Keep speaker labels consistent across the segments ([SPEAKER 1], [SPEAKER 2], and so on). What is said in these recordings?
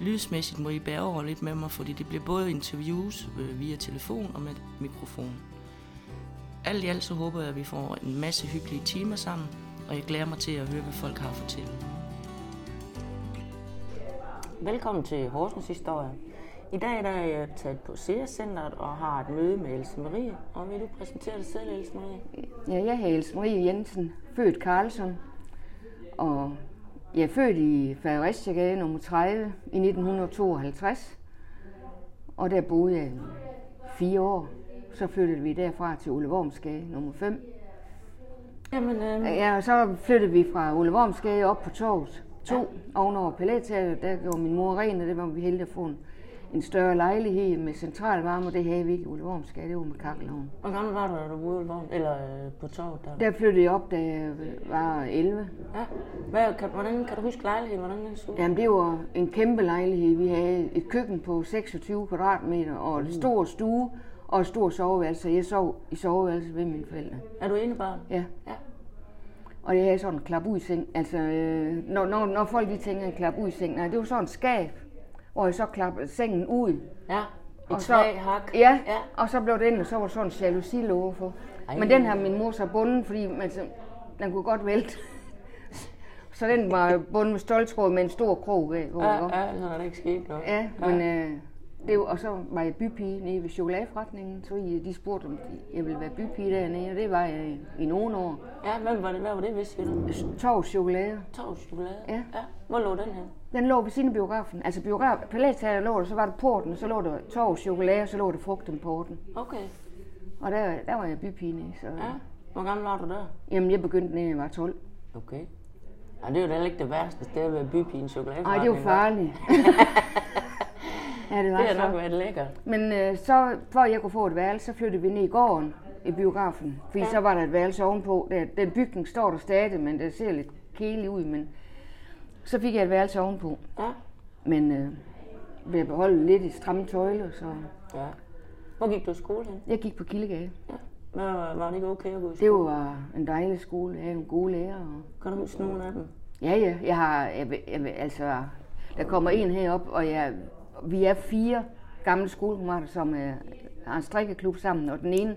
[SPEAKER 1] Lydsmæssigt må I bære over lidt med mig, fordi det bliver både interviews øh, via telefon og med mikrofon. Alt i alt så håber jeg, at vi får en masse hyggelige timer sammen, og jeg glæder mig til at høre, hvad folk har at fortælle. Velkommen til Horsens Historie. I dag der er jeg taget på Sears Centeret og har et møde med Else Marie. Og vil du præsentere dig selv, Else Marie?
[SPEAKER 2] Ja, jeg hedder Else Marie Jensen, født Karlsson, og jeg er født i Fredericiagade nummer 30 i 1952, og der boede jeg fire år. Så flyttede vi derfra til Ole Wormsgade nummer 5.
[SPEAKER 1] Jamen, øh,
[SPEAKER 2] Ja, og så flyttede vi fra Ole Wormsgade op på torvet. To ja. ovenover palæteateret, der gjorde min mor ren, og det var vi heldige at få en, en større lejlighed med centralvarme, og det havde vi ikke i Ole Wormsgade, det var med kakkelovn.
[SPEAKER 1] hvor gammel var du, da du boede i Vogn- eller øh, på torvet der?
[SPEAKER 2] Der flyttede jeg op, da jeg var 11.
[SPEAKER 1] Ja. Hvad, kan, hvordan kan du huske lejligheden? Hvordan den så ud?
[SPEAKER 2] Jamen, det var en kæmpe lejlighed. Vi havde et køkken på 26 kvadratmeter, og
[SPEAKER 1] Mm.
[SPEAKER 2] en stor stue, og et stort soveværelse. Jeg sov i soveværelset ved mine forældre.
[SPEAKER 1] Er du enebarn?
[SPEAKER 2] Ja.
[SPEAKER 1] Ja.
[SPEAKER 2] Og jeg havde sådan en klap ud seng. Altså, øh, når, når, når folk lige tænker en klap ud seng, nej, det var sådan en skab, hvor jeg så klappede sengen ud.
[SPEAKER 1] Ja. Et
[SPEAKER 2] så,
[SPEAKER 1] træhak.
[SPEAKER 2] ja,
[SPEAKER 1] ja.
[SPEAKER 2] og så blev det ind, og så var der sådan en jalousilåge for.
[SPEAKER 1] Ej.
[SPEAKER 2] Men den har min mor så bundet, fordi altså, den kunne godt vælte. så den var bundet med stoltråd med en stor krog ved, hvor
[SPEAKER 1] Ja,
[SPEAKER 2] ja,
[SPEAKER 1] ja, så er der ikke sket noget.
[SPEAKER 2] Ja, men øh, det var, og så var jeg bypige nede ved chokoladeforretningen, så I- de spurgte, om jeg ville være bypige dernede, og det var jeg i, i nogle år.
[SPEAKER 1] ja hvem var det? Hvad var det, hvis du?
[SPEAKER 2] Torv chokolade.
[SPEAKER 1] Torv chokolade?
[SPEAKER 2] Ja.
[SPEAKER 1] ja. Hvor lå den her?
[SPEAKER 2] Den lå ved siden af biografen. Altså biograf, palæteater lå der, så var der porten, så lå der torv chokolade, og så lå der frugtimporten.
[SPEAKER 1] Okay.
[SPEAKER 2] Og der, der var jeg bypige nede, så
[SPEAKER 1] Ja. Hvor gammel var du der?
[SPEAKER 2] jamen, jeg begyndte, da jeg var 12.
[SPEAKER 1] Okay. Ej, det er jo da heller ikke det værste sted at være bypigen chokolade.
[SPEAKER 2] Nej, det var farligt. ja, det var
[SPEAKER 1] Det har
[SPEAKER 2] så.
[SPEAKER 1] nok været lækkert.
[SPEAKER 2] Men øh, så, for at jeg kunne få et værelse, så flyttede vi ned i gården i biografen. Fordi ja. så var der et værelse ovenpå. Der, den bygning står der stadig, men det ser lidt kælig ud. Men så fik jeg et værelse ovenpå.
[SPEAKER 1] Ja.
[SPEAKER 2] Men øh, blev beholdt lidt i stramme tøjler, så
[SPEAKER 1] Ja. Hvor gik du i skole hen?
[SPEAKER 2] jeg gik på Kildegade.
[SPEAKER 1] Ja. Hvad, var, var det ikke okay at gå i skole?
[SPEAKER 2] Det var en dejlig skole. Jeg havde nogle gode lærere. Og
[SPEAKER 1] Kan du huske nogen af dem?
[SPEAKER 2] Ja, ja. Jeg har, jeg, vil- jeg, vil- altså, der kommer en herop, og jeg, vi er fire gamle skolekammerater, som øh, har en strikkeklub sammen, og den ene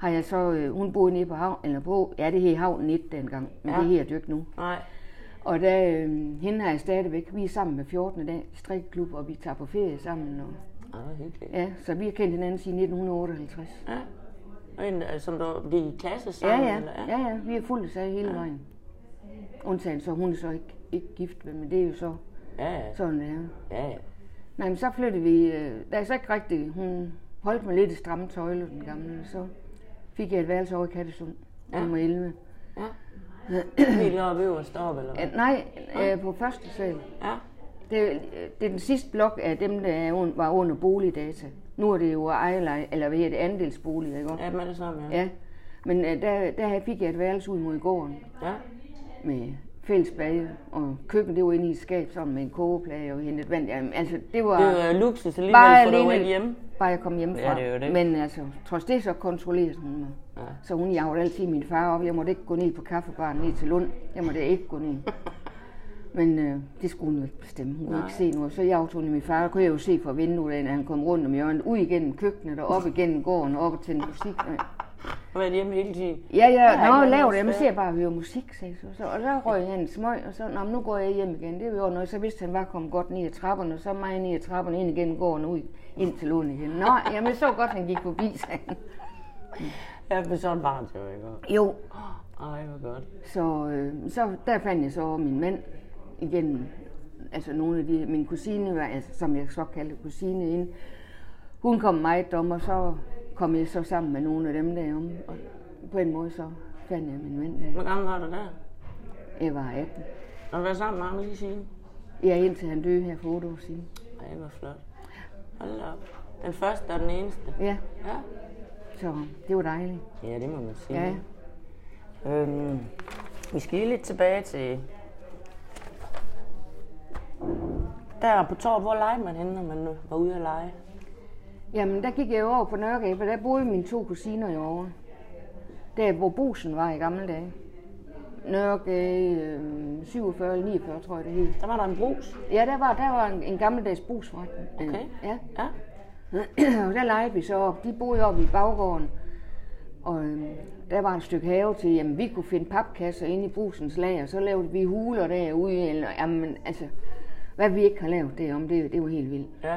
[SPEAKER 2] har jeg så, øh, hun boede nede på havn, eller på, ja, det hed havn 1 dengang, men ja.
[SPEAKER 1] Ja.
[SPEAKER 2] det her dyk nu.
[SPEAKER 1] Nej.
[SPEAKER 2] Og der, øh, hende har jeg stadigvæk, vi er sammen med 14. dag i strikkeklub, og vi tager på ferie sammen, og,
[SPEAKER 1] Ej, hvor hyggeligt.
[SPEAKER 2] ja, så vi har kendt hinanden siden 1958.
[SPEAKER 1] Ja. Og en, øh, som du gik i klasse
[SPEAKER 2] Ja,
[SPEAKER 1] sammen?
[SPEAKER 2] ja,
[SPEAKER 1] Eller?
[SPEAKER 2] ja, ja, vi er fuldt af hele vejen. Undtagen så, hun er så ikke, ikke gift, med, men det er jo så
[SPEAKER 1] Ja, ja.
[SPEAKER 2] sådan, det er.
[SPEAKER 1] ja, ja.
[SPEAKER 2] Nej, men så flyttede vi. Øh, der er så ikke rigtigt. Hun holdt mig lidt i stramme tøjler, den gamle. Så fik jeg et værelse over i Kattesund, ja. nummer 11.
[SPEAKER 1] ja. Helt oppe øverst op, eller hvad?
[SPEAKER 2] Øh, nej, øh, på første sal.
[SPEAKER 1] Ja.
[SPEAKER 2] Det, øh, det er den sidste blok af dem, der er un, var under boligdata. Nu er det jo ejerlej, eller hvad hedder det, andelsboliger, ikke? også?
[SPEAKER 1] Ja, men det samme, ja.
[SPEAKER 2] Ja. Men øh, der, der fik jeg et værelse ud mod gården
[SPEAKER 1] Ja.
[SPEAKER 2] med fælles bage, og køkken, det var inde i et skab, sådan med en kogeplade og hentet vand. Jamen, altså, det var...
[SPEAKER 1] Det er jo øh, luksus alligevel,
[SPEAKER 2] Bare
[SPEAKER 1] for du var
[SPEAKER 2] alene-
[SPEAKER 1] ikke hjemme.
[SPEAKER 2] Bare jeg kom hjemmefra.
[SPEAKER 1] Ja, det er jo det.
[SPEAKER 2] Men altså, trods det så kontrollerede hun mig.
[SPEAKER 1] Ja.
[SPEAKER 2] Så hun jagede altid min far op. Jeg måtte ikke gå ned på kaffebaren ned til Lund. Jeg måtte ikke gå ned. Men øh, det skulle hun jo ikke bestemme. Hun kunne ikke se noget. Så jeg hun min far. Der kunne jeg jo se fra vinduet, af, at han kom rundt om hjørnet. Ud igennem køkkenet og op igennem gården og op og tændte musik.
[SPEAKER 1] Du var hjemme hele tiden.
[SPEAKER 2] Ja,
[SPEAKER 1] ikke
[SPEAKER 2] ja, nå,
[SPEAKER 1] noget
[SPEAKER 2] lav det. Jamen,
[SPEAKER 1] svært.
[SPEAKER 2] så jeg bare høre musik, sagde jeg så. så. Og så røg han en smøg, og så, nå, men nu går jeg hjem igen. Det var noget. Så vidste han bare kom godt ned ad trapperne, og så mig ned ad trapperne, ind igen går han ud, ind til lånet igen. Nå, jamen, så godt, han gik forbi, sagde han.
[SPEAKER 1] Ja, men sådan var det jo ikke.
[SPEAKER 2] Jo,
[SPEAKER 1] Ej, hvor godt.
[SPEAKER 2] så, øh, så der fandt jeg så min mand igennem, altså nogle af de, min kusine, var- altså, som jeg så kaldte kusine ind. Hun kom meget om, og så kom jeg så sammen med nogle af dem derom, og på en måde så fandt jeg min mand der.
[SPEAKER 1] Hvor gammel var du der?
[SPEAKER 2] Jeg var 18.
[SPEAKER 1] Har du været sammen med ham lige siden?
[SPEAKER 2] Ja, indtil han døde her for otte år siden.
[SPEAKER 1] Ej, hvor flot.
[SPEAKER 3] Hold da op. Den første og den eneste.
[SPEAKER 2] Ja,
[SPEAKER 3] Ja.
[SPEAKER 2] så det var dejligt.
[SPEAKER 3] Ja, det må man sige.
[SPEAKER 2] Ja.
[SPEAKER 3] Øhm, vi skal lige lidt tilbage til... Der på torvet, hvor legede man henne, når man var ude at lege?
[SPEAKER 2] Jamen, der gik jeg jo over på Nørregade, for der boede mine to kusiner jo over. Der, hvor busen var i gamle dage. Nørregade øh, 47 eller 49, tror jeg det hed.
[SPEAKER 3] Der var der en brus.
[SPEAKER 2] Ja, der var, der var en, en gammeldags brugsforretning.
[SPEAKER 3] Okay.
[SPEAKER 2] Ja.
[SPEAKER 3] Ja.
[SPEAKER 2] og der legede vi så op. De boede oppe i baggården. Og øhm, der var et stykke have til, jamen vi kunne finde papkasser inde i brusens lager, så lavede vi huler derude, eller jamen altså, hvad vi ikke har lavet derom, det, det var helt vildt.
[SPEAKER 3] Ja.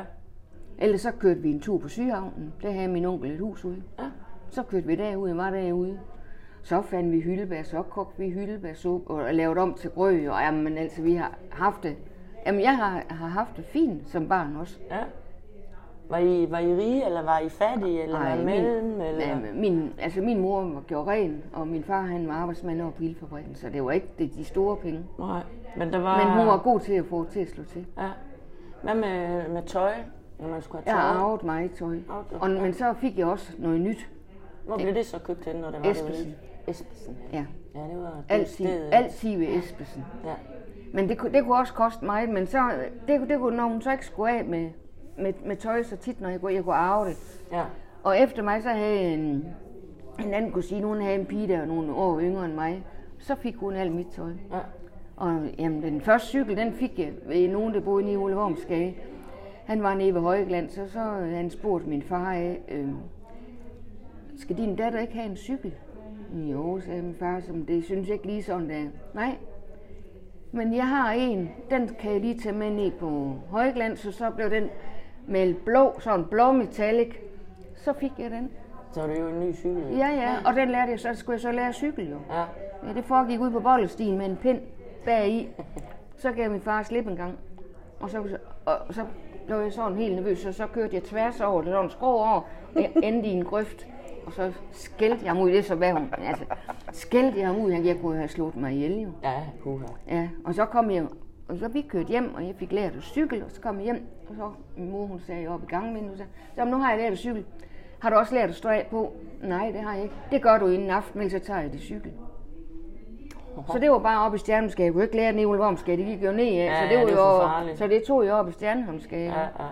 [SPEAKER 2] Ellers så kørte vi en tur på Sygehavnen, der havde min onkel et hus ude.
[SPEAKER 3] Ja.
[SPEAKER 2] Så kørte vi derud og var derude. Så fandt vi hyldebær, så kogte vi hyldebærsuppe og lavede om til grøg. Og jamen, altså, vi har haft det. Jamen, jeg har, har haft det fint som barn også.
[SPEAKER 3] ja. Var I, var I rige, eller var I fattige, eller var I mellem? Eller?
[SPEAKER 2] ja, min, altså, min mor var- gjorde ren, og min far han var arbejdsmand over på bilfabrikken, så det var ikke det, de store penge.
[SPEAKER 3] Nej, men der var...
[SPEAKER 2] Men hun var god til at få det til at slå til.
[SPEAKER 3] Ja. Hvad med, med tøj, når man skulle
[SPEAKER 2] Jeg
[SPEAKER 3] have
[SPEAKER 2] har
[SPEAKER 3] tøj?
[SPEAKER 2] arvet meget tøj.
[SPEAKER 3] Arvet det.
[SPEAKER 2] Og, men så fik jeg også noget nyt.
[SPEAKER 3] Hvor blev det så købt hen, når det var det?
[SPEAKER 2] Espersen.
[SPEAKER 3] var lidt- Espersen. Ja.
[SPEAKER 2] Ja,
[SPEAKER 3] ja, det var det
[SPEAKER 2] altid,
[SPEAKER 3] sted.
[SPEAKER 2] altid ved Esbesen.
[SPEAKER 3] Ja.
[SPEAKER 2] Men det, kunne- det kunne også koste meget, men så, det, kunne- det kunne, når hun så ikke skulle af med, med, med tøj så tit, når jeg kunne, jeg kunne arve det.
[SPEAKER 3] ja.
[SPEAKER 2] Og efter mig, så havde jeg en, en anden kusine, hun havde en pige, der var nogle år yngre end mig. Så fik hun alt mit tøj.
[SPEAKER 3] ja.
[SPEAKER 2] Og jamen, den første cykel, den fik jeg ved nogen, der boede inde i Ole Holmsgade. Han var nede ved Højegland, så, så havde han spurgte min far af, øh, skal din datter ikke have en cykel? Jo, sagde min far, som det synes jeg ikke lige sådan, der. Nej, men jeg har en, den kan jeg lige tage med ned på Højegland, så så blev den med blå, sådan blå metallic. Så fik jeg den.
[SPEAKER 3] Så var det jo en ny cykel.
[SPEAKER 2] Ja, ja, og den lærte jeg, så skulle jeg så lære at cykle jo.
[SPEAKER 3] ja.
[SPEAKER 2] Ja, det foregik ud på bollestien med en pind bagi. Så gav min far slip en gang. Og så, og så blev jeg sådan helt nervøs, og så kørte jeg tværs over, det var en skrå over, og jeg endte i en grøft. Og så skældte jeg ham ud, det er så hvad hun, altså, skældte jeg ham ud, jeg kunne have slået mig ihjel jo.
[SPEAKER 3] Ja, puha.
[SPEAKER 2] Ja, og så kom jeg, og så vi kørte hjem, og jeg fik lært at cykle, og så kom jeg hjem, og så min mor, hun sagde op i gangvinduet, så sagde, nu har jeg lært at cykle. Har du også lært at stå af på? Nej, det har jeg ikke. Det gør du inden aften, ellers så tager jeg det cykel. Så det var bare op i Stjernehamnskab. Jeg kunne ikke lære den i Ulvormskab. Det gik jo ned af,
[SPEAKER 3] Ja,
[SPEAKER 2] så
[SPEAKER 3] ja,
[SPEAKER 2] det var
[SPEAKER 3] det er for
[SPEAKER 2] jo,
[SPEAKER 3] farligt.
[SPEAKER 2] så det tog jeg op i Stjernehamnskab.
[SPEAKER 3] Ja,
[SPEAKER 2] Ja.
[SPEAKER 3] ja.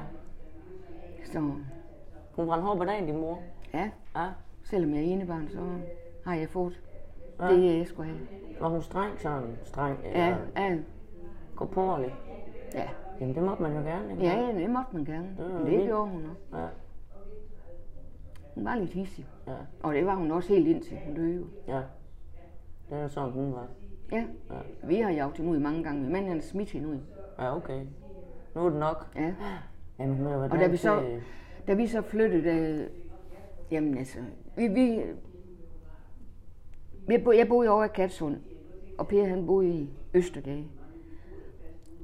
[SPEAKER 2] Så
[SPEAKER 3] Hun brændte hår på dagen, din mor.
[SPEAKER 2] ja,
[SPEAKER 3] Ja.
[SPEAKER 2] selvom jeg er enebarn, så har jeg fået det, jeg skulle have.
[SPEAKER 3] Var hun streng sådan? Streng eller
[SPEAKER 2] Ja,
[SPEAKER 3] ja.
[SPEAKER 2] ja,
[SPEAKER 3] korporlig?
[SPEAKER 2] ja.
[SPEAKER 3] Jamen, det måtte man jo gerne. ikke?
[SPEAKER 2] Ja, det måtte man gerne. Men det gjorde hun også.
[SPEAKER 3] Ja,
[SPEAKER 2] Hun var lidt hissig.
[SPEAKER 3] ja,
[SPEAKER 2] Og det var hun også helt indtil hun døde. jo.
[SPEAKER 3] ja. Det er jo sådan, hun var.
[SPEAKER 2] Ja. Vi har jagt hende ud mange gange. Min mand han har smidt hende ud.
[SPEAKER 3] Ja, okay. Nu er det nok.
[SPEAKER 2] Ja.
[SPEAKER 3] Jamen, hun er jo
[SPEAKER 2] Og da vi så, da vi så flyttede, øh, jamen altså, vi, vi, jeg, bo, jeg boede over i Katshund, og Per han boede i Østergade.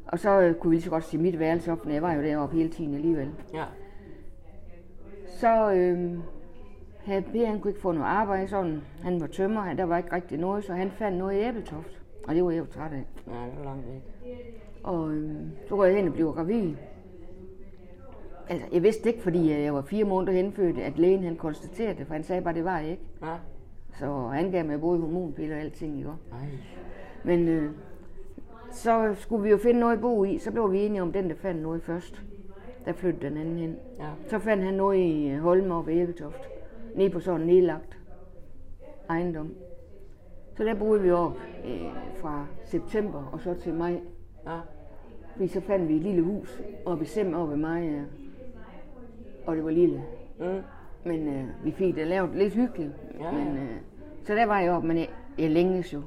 [SPEAKER 2] Og så øh, kunne vi lige så godt sige mit værelse op, for jeg var jo deroppe hele tiden alligevel.
[SPEAKER 3] Ja,
[SPEAKER 2] Så øh, havde Per, han kunne ikke få noget arbejde, sådan. han var tømmer, han- der var ikke rigtig noget, så han fandt noget i Æbletoft. Og det var jeg jo træt af.
[SPEAKER 3] ja det er langt væk.
[SPEAKER 2] Og øh, så går jeg hen og bliver gravid. Altså, jeg vidste ikke, fordi øh, jeg var fire måneder henfødt, at lægen han konstaterede det, for han sagde bare, det var jeg ikke.
[SPEAKER 3] Ja.
[SPEAKER 2] Så han gav mig både hormonpiller og alting, ikke? også?
[SPEAKER 3] Ej.
[SPEAKER 2] Men øh, så skulle vi jo finde noget at bo i, så blev vi enige om den, der fandt noget først. Der flyttede den anden hen.
[SPEAKER 3] Ja.
[SPEAKER 2] Så fandt han noget i øh, Holme og Æbetoft. Nede på sådan en nedlagt ejendom. Så der boede vi op øh, fra september og så til maj
[SPEAKER 3] Ja.
[SPEAKER 2] fordi så fandt vi et lille hus oppe i Sem, oppe ved mig, øh, og det var lille.
[SPEAKER 3] Mm.
[SPEAKER 2] Men øh, vi fik det lavet lidt hyggeligt.
[SPEAKER 3] Ja,
[SPEAKER 2] Men, øh, så der var jeg oppe, men jeg, jeg længes jo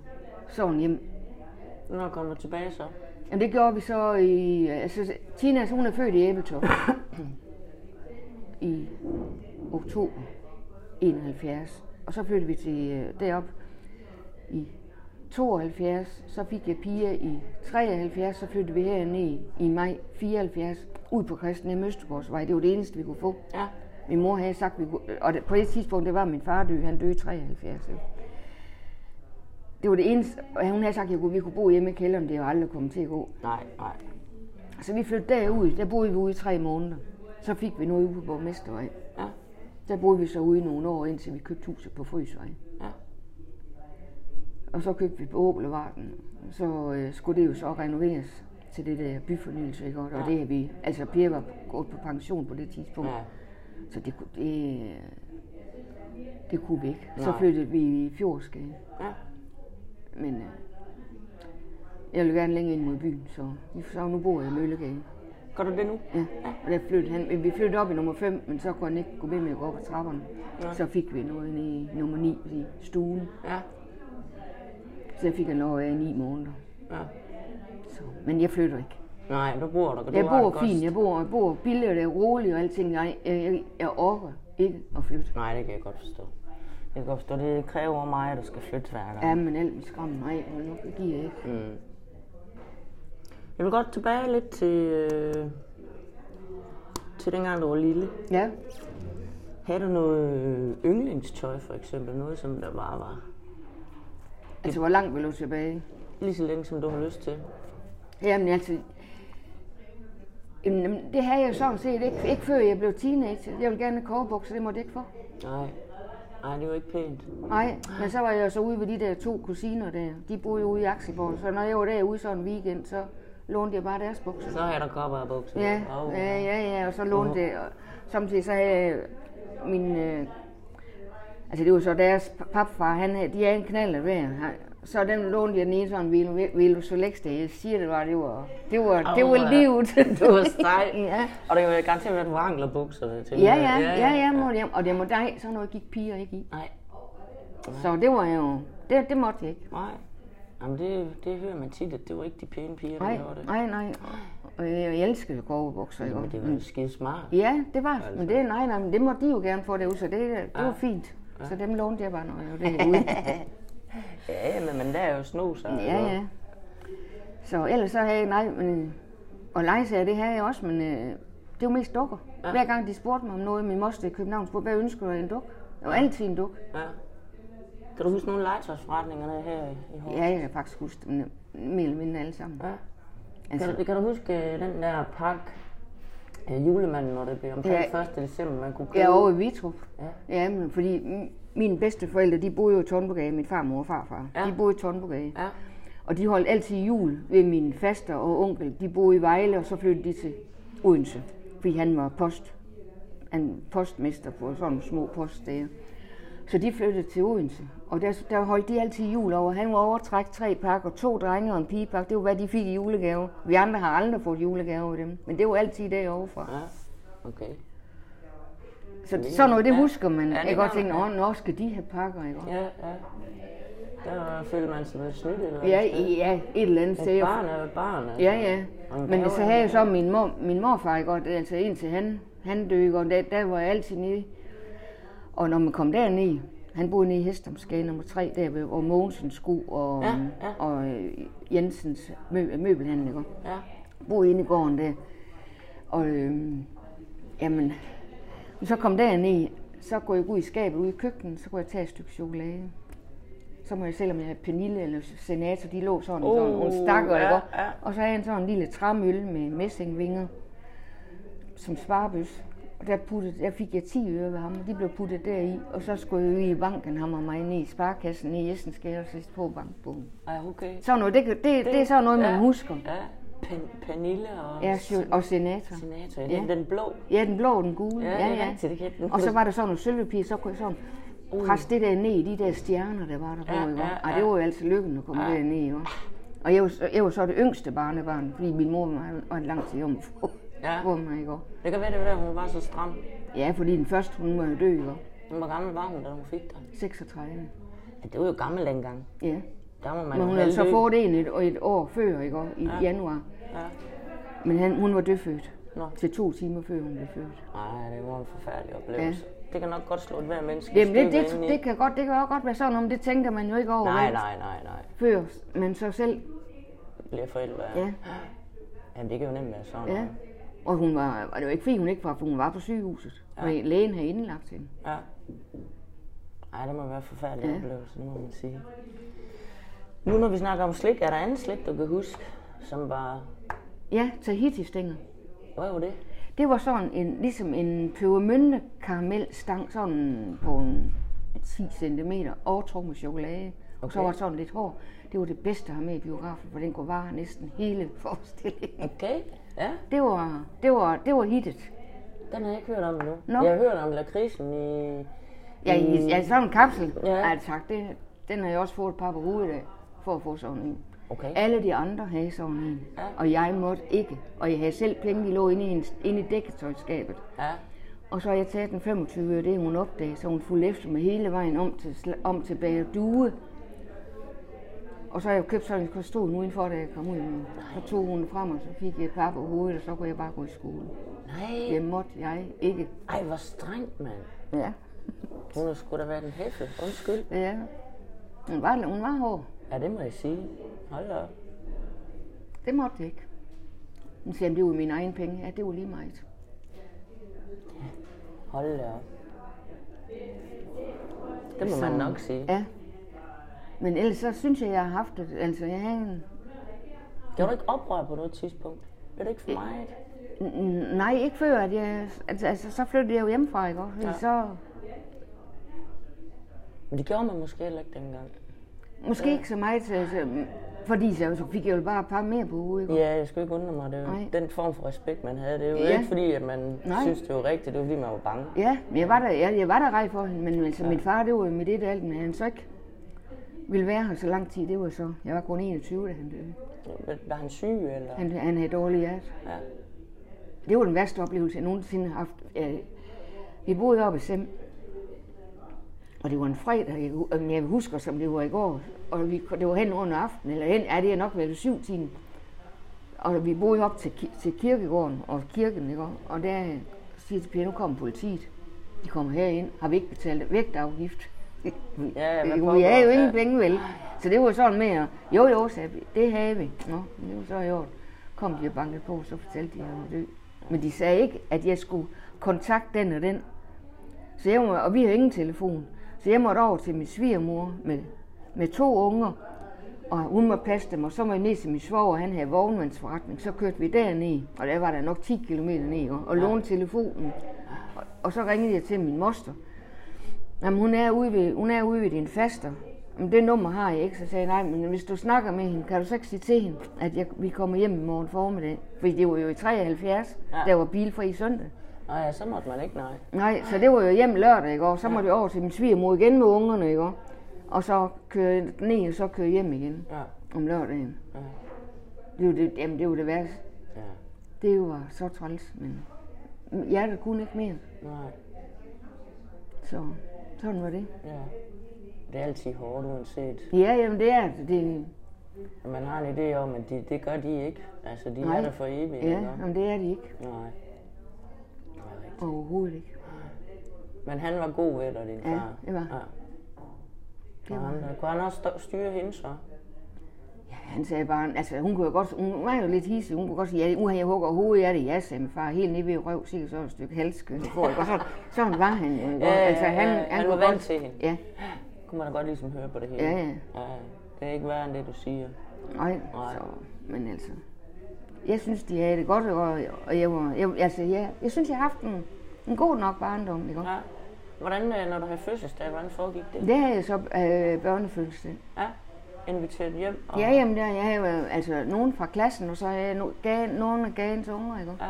[SPEAKER 2] sådan hjem.
[SPEAKER 3] Når kommer du tilbage så?
[SPEAKER 2] Jamen det gjorde vi så i... Altså, Tina, hun er født i Æbeltoft. I oktober 71. Og så flyttede vi til øh, derop i 72. Så fik jeg piger i 73. Så flyttede vi herned i, i maj 74. Ud på Christian M. Østergaardsvej. Det var det eneste, vi kunne få.
[SPEAKER 3] Ja.
[SPEAKER 2] Min mor havde sagt, vi kunne, og det, på det tidspunkt, det var min far død, han døde i 73. ikke? Det var det eneste, og hun havde sagt, at vi kunne bo hjemme i kælderen, det er jo aldrig kommet til at gå.
[SPEAKER 3] Nej, nej.
[SPEAKER 2] Så vi flyttede derud, der boede vi ude i tre måneder. Så fik vi noget ude på Borgmestervej.
[SPEAKER 1] Ja,
[SPEAKER 2] Der boede vi så ude i nogle år, indtil vi købte huset på Frysvej.
[SPEAKER 1] ja,
[SPEAKER 2] Og så købte vi på Åbelvarten. Så øh, skulle det jo så renoveres til det der byfornyelse, ikke? Og det er vi, altså Pia var gået på pension på det tidspunkt.
[SPEAKER 1] ja.
[SPEAKER 2] Så det, kunne- det, øh, det kunne vi ikke. Så
[SPEAKER 1] Nej.
[SPEAKER 2] flyttede vi i Fjordskade.
[SPEAKER 1] ja.
[SPEAKER 2] Men øh, jeg ville gerne længere ind mod byen, så, vi- så nu bor jeg i Møllegade.
[SPEAKER 1] Gør du det nu?
[SPEAKER 2] Ja, og der flyttede han. Men vi flyttede op i nummer 5, men så kunne han ikke gå med med at gå op ad trapperne.
[SPEAKER 1] Ja.
[SPEAKER 2] Så fik vi noget nede i nummer 9 i stuen.
[SPEAKER 1] Ja,
[SPEAKER 2] Så jeg fik han lov af i 9 måneder.
[SPEAKER 1] ja.
[SPEAKER 2] Så, men jeg flytter ikke.
[SPEAKER 1] Nej, du bor der. Du
[SPEAKER 2] Jeg
[SPEAKER 1] har
[SPEAKER 2] bor
[SPEAKER 1] det
[SPEAKER 2] fint,
[SPEAKER 1] Godt.
[SPEAKER 2] jeg bor, jeg bor billigt, og det er roligt og alting. Jeg, jeg, jeg, jeg orker ikke at flytte.
[SPEAKER 1] Nej, det kan jeg godt forstå. Det kan jeg godt forstå. Det kræver mig, at du skal flytte hver gang.
[SPEAKER 2] Ja, men alt mit skræmme mig, hold nu, det giver jeg ikke.
[SPEAKER 1] Mm. Jeg vil godt tilbage lidt til, øh, til dengang, du var lille.
[SPEAKER 2] Ja,
[SPEAKER 1] Havde du noget øh, yndlingstøj, for eksempel? Noget, som der bare var
[SPEAKER 2] altså hvor langt vil du tilbage?
[SPEAKER 1] lige så længe, som du har lyst til?
[SPEAKER 2] Jamen altså, jamen, det havde jeg jo sådan set ikke, ikke før jeg blev teenager. Jeg ville gerne have kogebukser, det måtte jeg ikke få.
[SPEAKER 1] Nej. Nej, det var ikke pænt.
[SPEAKER 2] Nej, men så var jeg så ude ved de der to kusiner der. De boede jo ude i Akselborg, så når jeg var derude sådan en weekend, så lånte jeg bare deres bukser.
[SPEAKER 1] Så havde der kopper af bukser.
[SPEAKER 2] Ja,
[SPEAKER 1] Åh,
[SPEAKER 2] ja, ja, ja, og så lånte det. Og samtidig så havde jeg min... Øh, altså det var så deres papfar, han havde, de havde en knald hver. Han- Så den lånte jeg den ene sådan Velo Solex, der jeg siger det var, det var, det var, det
[SPEAKER 1] Åh,
[SPEAKER 2] var
[SPEAKER 1] ja.
[SPEAKER 2] livet.
[SPEAKER 1] Det var sej.
[SPEAKER 2] ja.
[SPEAKER 1] Og det var garanteret være vrangler bukser. til.
[SPEAKER 2] Ja, ja, ja, ja, måtte jeg, og det må dig, sådan noget gik piger ikke i.
[SPEAKER 1] Nej,
[SPEAKER 2] Så det var jo, det, det måtte jeg ikke.
[SPEAKER 1] nej. Jamen, det, det hører man tit, at det var ikke de pæne piger, der
[SPEAKER 2] Nej,
[SPEAKER 1] gjorde det.
[SPEAKER 2] nej, nej. Og jeg, jeg elskede korvebukser, ikke?
[SPEAKER 1] Men det var jo skide smart.
[SPEAKER 2] Ja, det var altså. Men det, nej, nej, men det måtte de jo gerne få derude, så det, det
[SPEAKER 1] Ah.
[SPEAKER 2] var fint. Så dem lånte jeg bare, når jeg var derude.
[SPEAKER 1] Ja, men man lærer jo at sno sig.
[SPEAKER 2] ja, ja. Så ellers så havde jeg, nej, men, og legesager, det havde jeg også, men øh, det var mest dukker.
[SPEAKER 1] Ah.
[SPEAKER 2] Ja. Hver gang de spurgte mig om noget, min moster i København spurgte, hvad ønsker du dig, en duk? Det
[SPEAKER 1] Ah.
[SPEAKER 2] var altid en duk.
[SPEAKER 1] ja. Kan du huske nogle legetøjsforretningerne her i Hård?
[SPEAKER 2] Ja, jeg kan faktisk huske dem øh, mere eller mindre alle sammen.
[SPEAKER 1] ja. Kan,
[SPEAKER 2] Altså,
[SPEAKER 1] du, kan du huske øh, den der pakke øh, julemanden, når det blev omkring
[SPEAKER 2] Ja.
[SPEAKER 1] 1. december, man kunne købe?
[SPEAKER 2] jeg er over i Vitrup.
[SPEAKER 1] Ja.
[SPEAKER 2] Ja, men fordi mm, mine bedsteforældre, de boede jo i Tornbogade, min farmor og farfar.
[SPEAKER 1] Ja.
[SPEAKER 2] De boede i Tornbogade.
[SPEAKER 1] Ja.
[SPEAKER 2] Og de holdt altid jul ved min faster og onkel. De boede i Vejle, og så flyttede de til Odense, fordi han var post. Han postmester på sådan nogle små poststeder. Så de flyttede til Odense, og der, der holdt de altid jul over. Han var overtrækt tre pakker, to drenge og en pigepakke. Det var, hvad de fik i julegave. Vi andre har aldrig fået julegave af dem, men det var altid derovre fra.
[SPEAKER 1] ja. Okay.
[SPEAKER 2] Så sådan noget, det
[SPEAKER 1] Ja.
[SPEAKER 2] husker man.
[SPEAKER 1] Ja, det
[SPEAKER 2] Jeg kan
[SPEAKER 1] gør
[SPEAKER 2] godt tænke,
[SPEAKER 1] man,
[SPEAKER 2] "Nå, nå, skal de have pakker, ikke?
[SPEAKER 1] Ja, ja. Der følte man sig lidt snydt eller
[SPEAKER 2] Ja,
[SPEAKER 1] et sted.
[SPEAKER 2] ja, et eller andet sted.
[SPEAKER 1] Et barn er jo et barn, altså.
[SPEAKER 2] Ja, ja.
[SPEAKER 1] Og en
[SPEAKER 2] Men
[SPEAKER 1] gave
[SPEAKER 2] så
[SPEAKER 1] er
[SPEAKER 2] havde
[SPEAKER 1] en
[SPEAKER 2] jeg så min, mor, min morfar, ikke? Og det- altså indtil han, han døde, ikke? og der, der var jeg altid nede. Og når man kom derned, han boede nede i Hestomsgade nummer 3, der ved, hvor Mogensens sko og,
[SPEAKER 1] Ja, ja.
[SPEAKER 2] og øh, Jensens mø, møbelhandel, ikke?
[SPEAKER 1] Ja.
[SPEAKER 2] boede inde i gården der. Og øhm, jamen, så kom derned, så går jeg ud i skabet ude i køkkenet, så går jeg tage et stykke chokolade. Så må jeg, selvom jeg havde Pernille eller Senator, de lå sådan, uh, sådan nogle stakker,
[SPEAKER 1] Oh, ja,
[SPEAKER 2] ja, ja.
[SPEAKER 1] ja.
[SPEAKER 2] Og så havde jeg en sådan en lille træmølle med messingvinger, som svarbøs. Og der, puttede, der fik jeg 10 øre ved ham, og de blev puttet deri. Og så skulle jeg ud i banken, ham og mig, ned i sparkassen i Jessensgade og så på bankbogen.
[SPEAKER 1] Ej, okay.
[SPEAKER 2] Sådan noget, det, kan- det, det, det er sådan noget, man
[SPEAKER 1] ja.
[SPEAKER 2] husker.
[SPEAKER 1] Ja. Pen, Pernille og
[SPEAKER 2] Ja, cho- og senator.
[SPEAKER 1] Senator. Ja. Den, den blå.
[SPEAKER 2] Ja, den blå og den gule.
[SPEAKER 1] Ja, det er rigtigt, det kan jeg-
[SPEAKER 2] Og så var der sådan nogle sølvpapirer, så kunne jeg sådan presse det der ned i de der stjerner, der var der på,
[SPEAKER 1] Ja,
[SPEAKER 2] ja, ikke?
[SPEAKER 1] ja,
[SPEAKER 2] Ja, ja. det var jo altid lykken at komme ja. derned, ikke? Og jeg var, så- jeg var så det yngste barnebarn, fordi min mor var, var lang tid om at få,
[SPEAKER 1] Ja.
[SPEAKER 2] få mig, ikke?
[SPEAKER 1] Det kan være, det var der, hun var så stram.
[SPEAKER 2] Ja, fordi den første, hun var jo død, ikke?
[SPEAKER 1] Hvor gammel var hun, da hun fik dig?
[SPEAKER 2] 36.
[SPEAKER 1] Ja, det var jo gammel dengang.
[SPEAKER 2] Ja.
[SPEAKER 1] Der må man
[SPEAKER 2] Men hun
[SPEAKER 1] jo
[SPEAKER 2] havde så
[SPEAKER 1] halvdø.
[SPEAKER 2] fået en et, et år før, ikke? I ja. januar.
[SPEAKER 1] Ja.
[SPEAKER 2] Men han, hun var dødfødt.
[SPEAKER 1] Nå.
[SPEAKER 2] Til to timer før hun blev født.
[SPEAKER 1] Nej, det var en forfærdelig oplevelse. Ja. Det kan nok godt slå et hver menneske i
[SPEAKER 2] Jamen, det,
[SPEAKER 1] stykker
[SPEAKER 2] det,
[SPEAKER 1] indeni.
[SPEAKER 2] det, kan godt, det kan også godt være sådan, om det tænker man jo ikke over
[SPEAKER 1] Nej,
[SPEAKER 2] vel?
[SPEAKER 1] nej, nej, nej.
[SPEAKER 2] før man så selv
[SPEAKER 1] Bliver forældre.
[SPEAKER 2] Ja.
[SPEAKER 1] Jamen, det kan jo nemt være sådan.
[SPEAKER 2] Ja. Og hun var, og det var ikke fordi, hun ikke var, for hun var på sygehuset. Ja. Og lægen havde indlagt hende.
[SPEAKER 1] Ja. Ej, det må være en forfærdelig ja.
[SPEAKER 2] Ja.
[SPEAKER 1] oplevelse, det må man sige. Nu når vi snakker om slik, er der andet slik, du kan huske, som var...
[SPEAKER 2] Ja, Tahiti-stænger.
[SPEAKER 1] Hvad var det?
[SPEAKER 2] Det var sådan en, ligesom en pebermynte karamelstang, sådan på en 10 cm overtrukket med chokolade. Okay. Og så
[SPEAKER 1] Okay.
[SPEAKER 2] var der sådan lidt hår. Det var det bedste at have med i biografen, for den kunne vare næsten hele forestillingen.
[SPEAKER 1] Okay, ja.
[SPEAKER 2] Det var, det var, det var hittet.
[SPEAKER 1] Den har jeg ikke hørt om endnu.
[SPEAKER 2] Nå.
[SPEAKER 1] Jeg har hørt om lakridsen i...
[SPEAKER 2] Ja, i, ja, sådan en kapsel.
[SPEAKER 1] Ja.
[SPEAKER 2] Ja. ja tak, det, den har jeg også fået et par på hovedet af, for at få sådan en.
[SPEAKER 1] Okay.
[SPEAKER 2] Alle de andre havde sådan en,
[SPEAKER 1] Ja.
[SPEAKER 2] og jeg måtte ikke. Og jeg havde selv penge, de lå inde i, hendes, inde i dækketøjskabet.
[SPEAKER 1] Ja.
[SPEAKER 2] Og så har jeg taget den 25, og det er hun opdaget, så hun fulgte efter mig hele vejen om til, sla- om til Bager Due. Og så har jeg købt sådan en kostol udenfor, da jeg kom ud. Så tog hun den frem, og så fik jeg et par på hovedet, og så kunne jeg bare gå i skole.
[SPEAKER 1] Nej.
[SPEAKER 2] Det måtte jeg ikke.
[SPEAKER 1] Ej, hvor strengt, mand.
[SPEAKER 2] Ja.
[SPEAKER 1] Hun har sgu da været en hæffe. Undskyld.
[SPEAKER 2] Ja. Hun var, hun var hård.
[SPEAKER 1] Ja, det må jeg sige. Hold da op.
[SPEAKER 2] Det måtte jeg ikke. Hun sagde, det var mine egne penge. Ja, det var lige meget.
[SPEAKER 1] Hold da op. Det må
[SPEAKER 2] Så-
[SPEAKER 1] man nok sige.
[SPEAKER 2] Ja. Men ellers så synes jeg, jeg har haft det. Altså, jeg havde en...
[SPEAKER 1] Gjorde du ikke oprør på noget tidspunkt? Det er det ikke for mig.
[SPEAKER 2] N- n- Nej, ikke før. At jeg, altså, altså, så flyttede jeg jo hjemmefra, ikke? også?
[SPEAKER 1] Ja.
[SPEAKER 2] Ja. Så,
[SPEAKER 1] Men det gjorde man måske heller ikke dengang.
[SPEAKER 2] måske ikke så meget, så, så, fordi så, så fik jeg jo bare et par mere på uge, ikke?
[SPEAKER 1] Ja, jeg skal ikke undre mig. Det var
[SPEAKER 2] Nej.
[SPEAKER 1] den form for respekt, man havde. Det er jo
[SPEAKER 2] Ja.
[SPEAKER 1] ikke fordi, at man
[SPEAKER 2] Nej.
[SPEAKER 1] synes, det var rigtigt. Det var fordi, man var bange.
[SPEAKER 2] Ja, men jeg var der, jeg, jeg var der rej for hende, men altså, ja. min far, det var jo mit et alt, men han så ikke ville være her så lang tid, det var så. Jeg var kun 21, da han døde.
[SPEAKER 1] Var- Var han syg, eller?
[SPEAKER 2] Han, han havde dårlig hjerte.
[SPEAKER 1] Ja.
[SPEAKER 2] Det var den værste oplevelse, jeg nogensinde har haft. Øh, Vi boede oppe i Sem, og det var en fredag, jeg, hu- øhm, jeg husker, som det var i går, og vi, det var hen under aftenen, eller hen, ja, det er nok været syv timer. Og vi boede op til, ki- til kirkegården og kirken, ikke? også? og der siger jeg til Pia, nu kommer politiet. De kommer herind, har vi ikke betalt vægtafgift? Vi,
[SPEAKER 1] Ja, hvad
[SPEAKER 2] vi, vi
[SPEAKER 1] pokker,
[SPEAKER 2] havde jo ingen
[SPEAKER 1] ja.
[SPEAKER 2] penge, vel? Så det var sådan mere, jo jo, sagde vi, det havde vi. Nå, det var så i orden. Kom de og bankede på, så fortalte de, at jeg var død. Men de sagde ikke, at jeg skulle kontakte den og den. Så jeg må, og vi har ingen telefon. Så jeg måtte over til min svigermor med, med to unger, og hun må passe dem, og så må jeg ned til min svoger, han havde vognmandsforretning. Så kørte vi derned, og der var der nok 10 km ned, og, og lånte telefonen. Og, og, så ringede jeg til min moster. Jamen, hun er ude ved, hun er ude ved din faster. Jamen, det nummer har jeg ikke, så sagde jeg, nej, men hvis du snakker med hende, kan du så ikke sige til hende, at jeg, vi kommer hjem i morgen formiddag? Fordi det var jo i 73,
[SPEAKER 1] Ja.
[SPEAKER 2] ja. der var bilfri søndag.
[SPEAKER 1] Nå ja, så måtte man ikke, nej.
[SPEAKER 2] Nej, så det var jo hjem lørdag, ikke? Og så måtte jeg over til min svigermor igen med ungerne, ikke? Og så køre ned, og så køre hjem igen
[SPEAKER 1] Ja.
[SPEAKER 2] om lørdagen.
[SPEAKER 1] Ja.
[SPEAKER 2] Det var det, jamen, det var det værste.
[SPEAKER 1] ja.
[SPEAKER 2] Det var så træls, men hjertet kunne ikke mere.
[SPEAKER 1] Nej.
[SPEAKER 2] Så sådan var det.
[SPEAKER 1] Ja. Det er altid hårdt, uanset.
[SPEAKER 2] Ja, jamen det er det. det
[SPEAKER 1] Og Man har en idé om, at de, det gør de ikke. Altså, de
[SPEAKER 2] Nej.
[SPEAKER 1] er der for evigt.
[SPEAKER 2] ja,
[SPEAKER 1] ikke?
[SPEAKER 2] jamen, det er det ikke.
[SPEAKER 1] Nej. Det er rigtigt.
[SPEAKER 2] Overhovedet ikke.
[SPEAKER 1] Men han var god ved dig, din
[SPEAKER 2] Ja,
[SPEAKER 1] far.
[SPEAKER 2] det var.
[SPEAKER 1] Ja.
[SPEAKER 2] Det
[SPEAKER 1] Og
[SPEAKER 2] var
[SPEAKER 1] han, kunne han også stå- styre hende så?
[SPEAKER 2] Han sagde bare, altså hun kunne jo godt, hun var jo lidt hissig, hun kunne godt sige, ja, nu har jeg hugger hovedet af det, ja, sagde min far, helt nede ved røv, sikkert sådan et stykke halskøn, så får jeg godt, sådan, sådan var han jo, ikke?
[SPEAKER 1] Ja, ja,
[SPEAKER 2] altså
[SPEAKER 1] ja, ja, han
[SPEAKER 2] kunne
[SPEAKER 1] var vant
[SPEAKER 2] godt-
[SPEAKER 1] til hende.
[SPEAKER 2] Ja,
[SPEAKER 1] Kunne man da godt ligesom høre på det hele.
[SPEAKER 2] ja, ja,
[SPEAKER 1] ja. Det er ikke værre end det, du siger.
[SPEAKER 2] nej,
[SPEAKER 1] Nej.
[SPEAKER 2] så, men altså, jeg synes, de havde det godt, og, og jeg var, jeg, altså, jeg, jeg synes, jeg har haft en, en god nok barndom, ikke?
[SPEAKER 1] Ja. Hvordan, øh, når du havde fødselsdag, hvordan foregik det?
[SPEAKER 2] Det havde jeg så øh, børnefødselsdag.
[SPEAKER 1] Ja. Inviteret hjem? Og...
[SPEAKER 2] Ja, jamen, der, jeg havde jo, altså, nogen fra klassen, og så havde jeg no, gav, nogen af gagens unger, ikke?
[SPEAKER 1] Ja.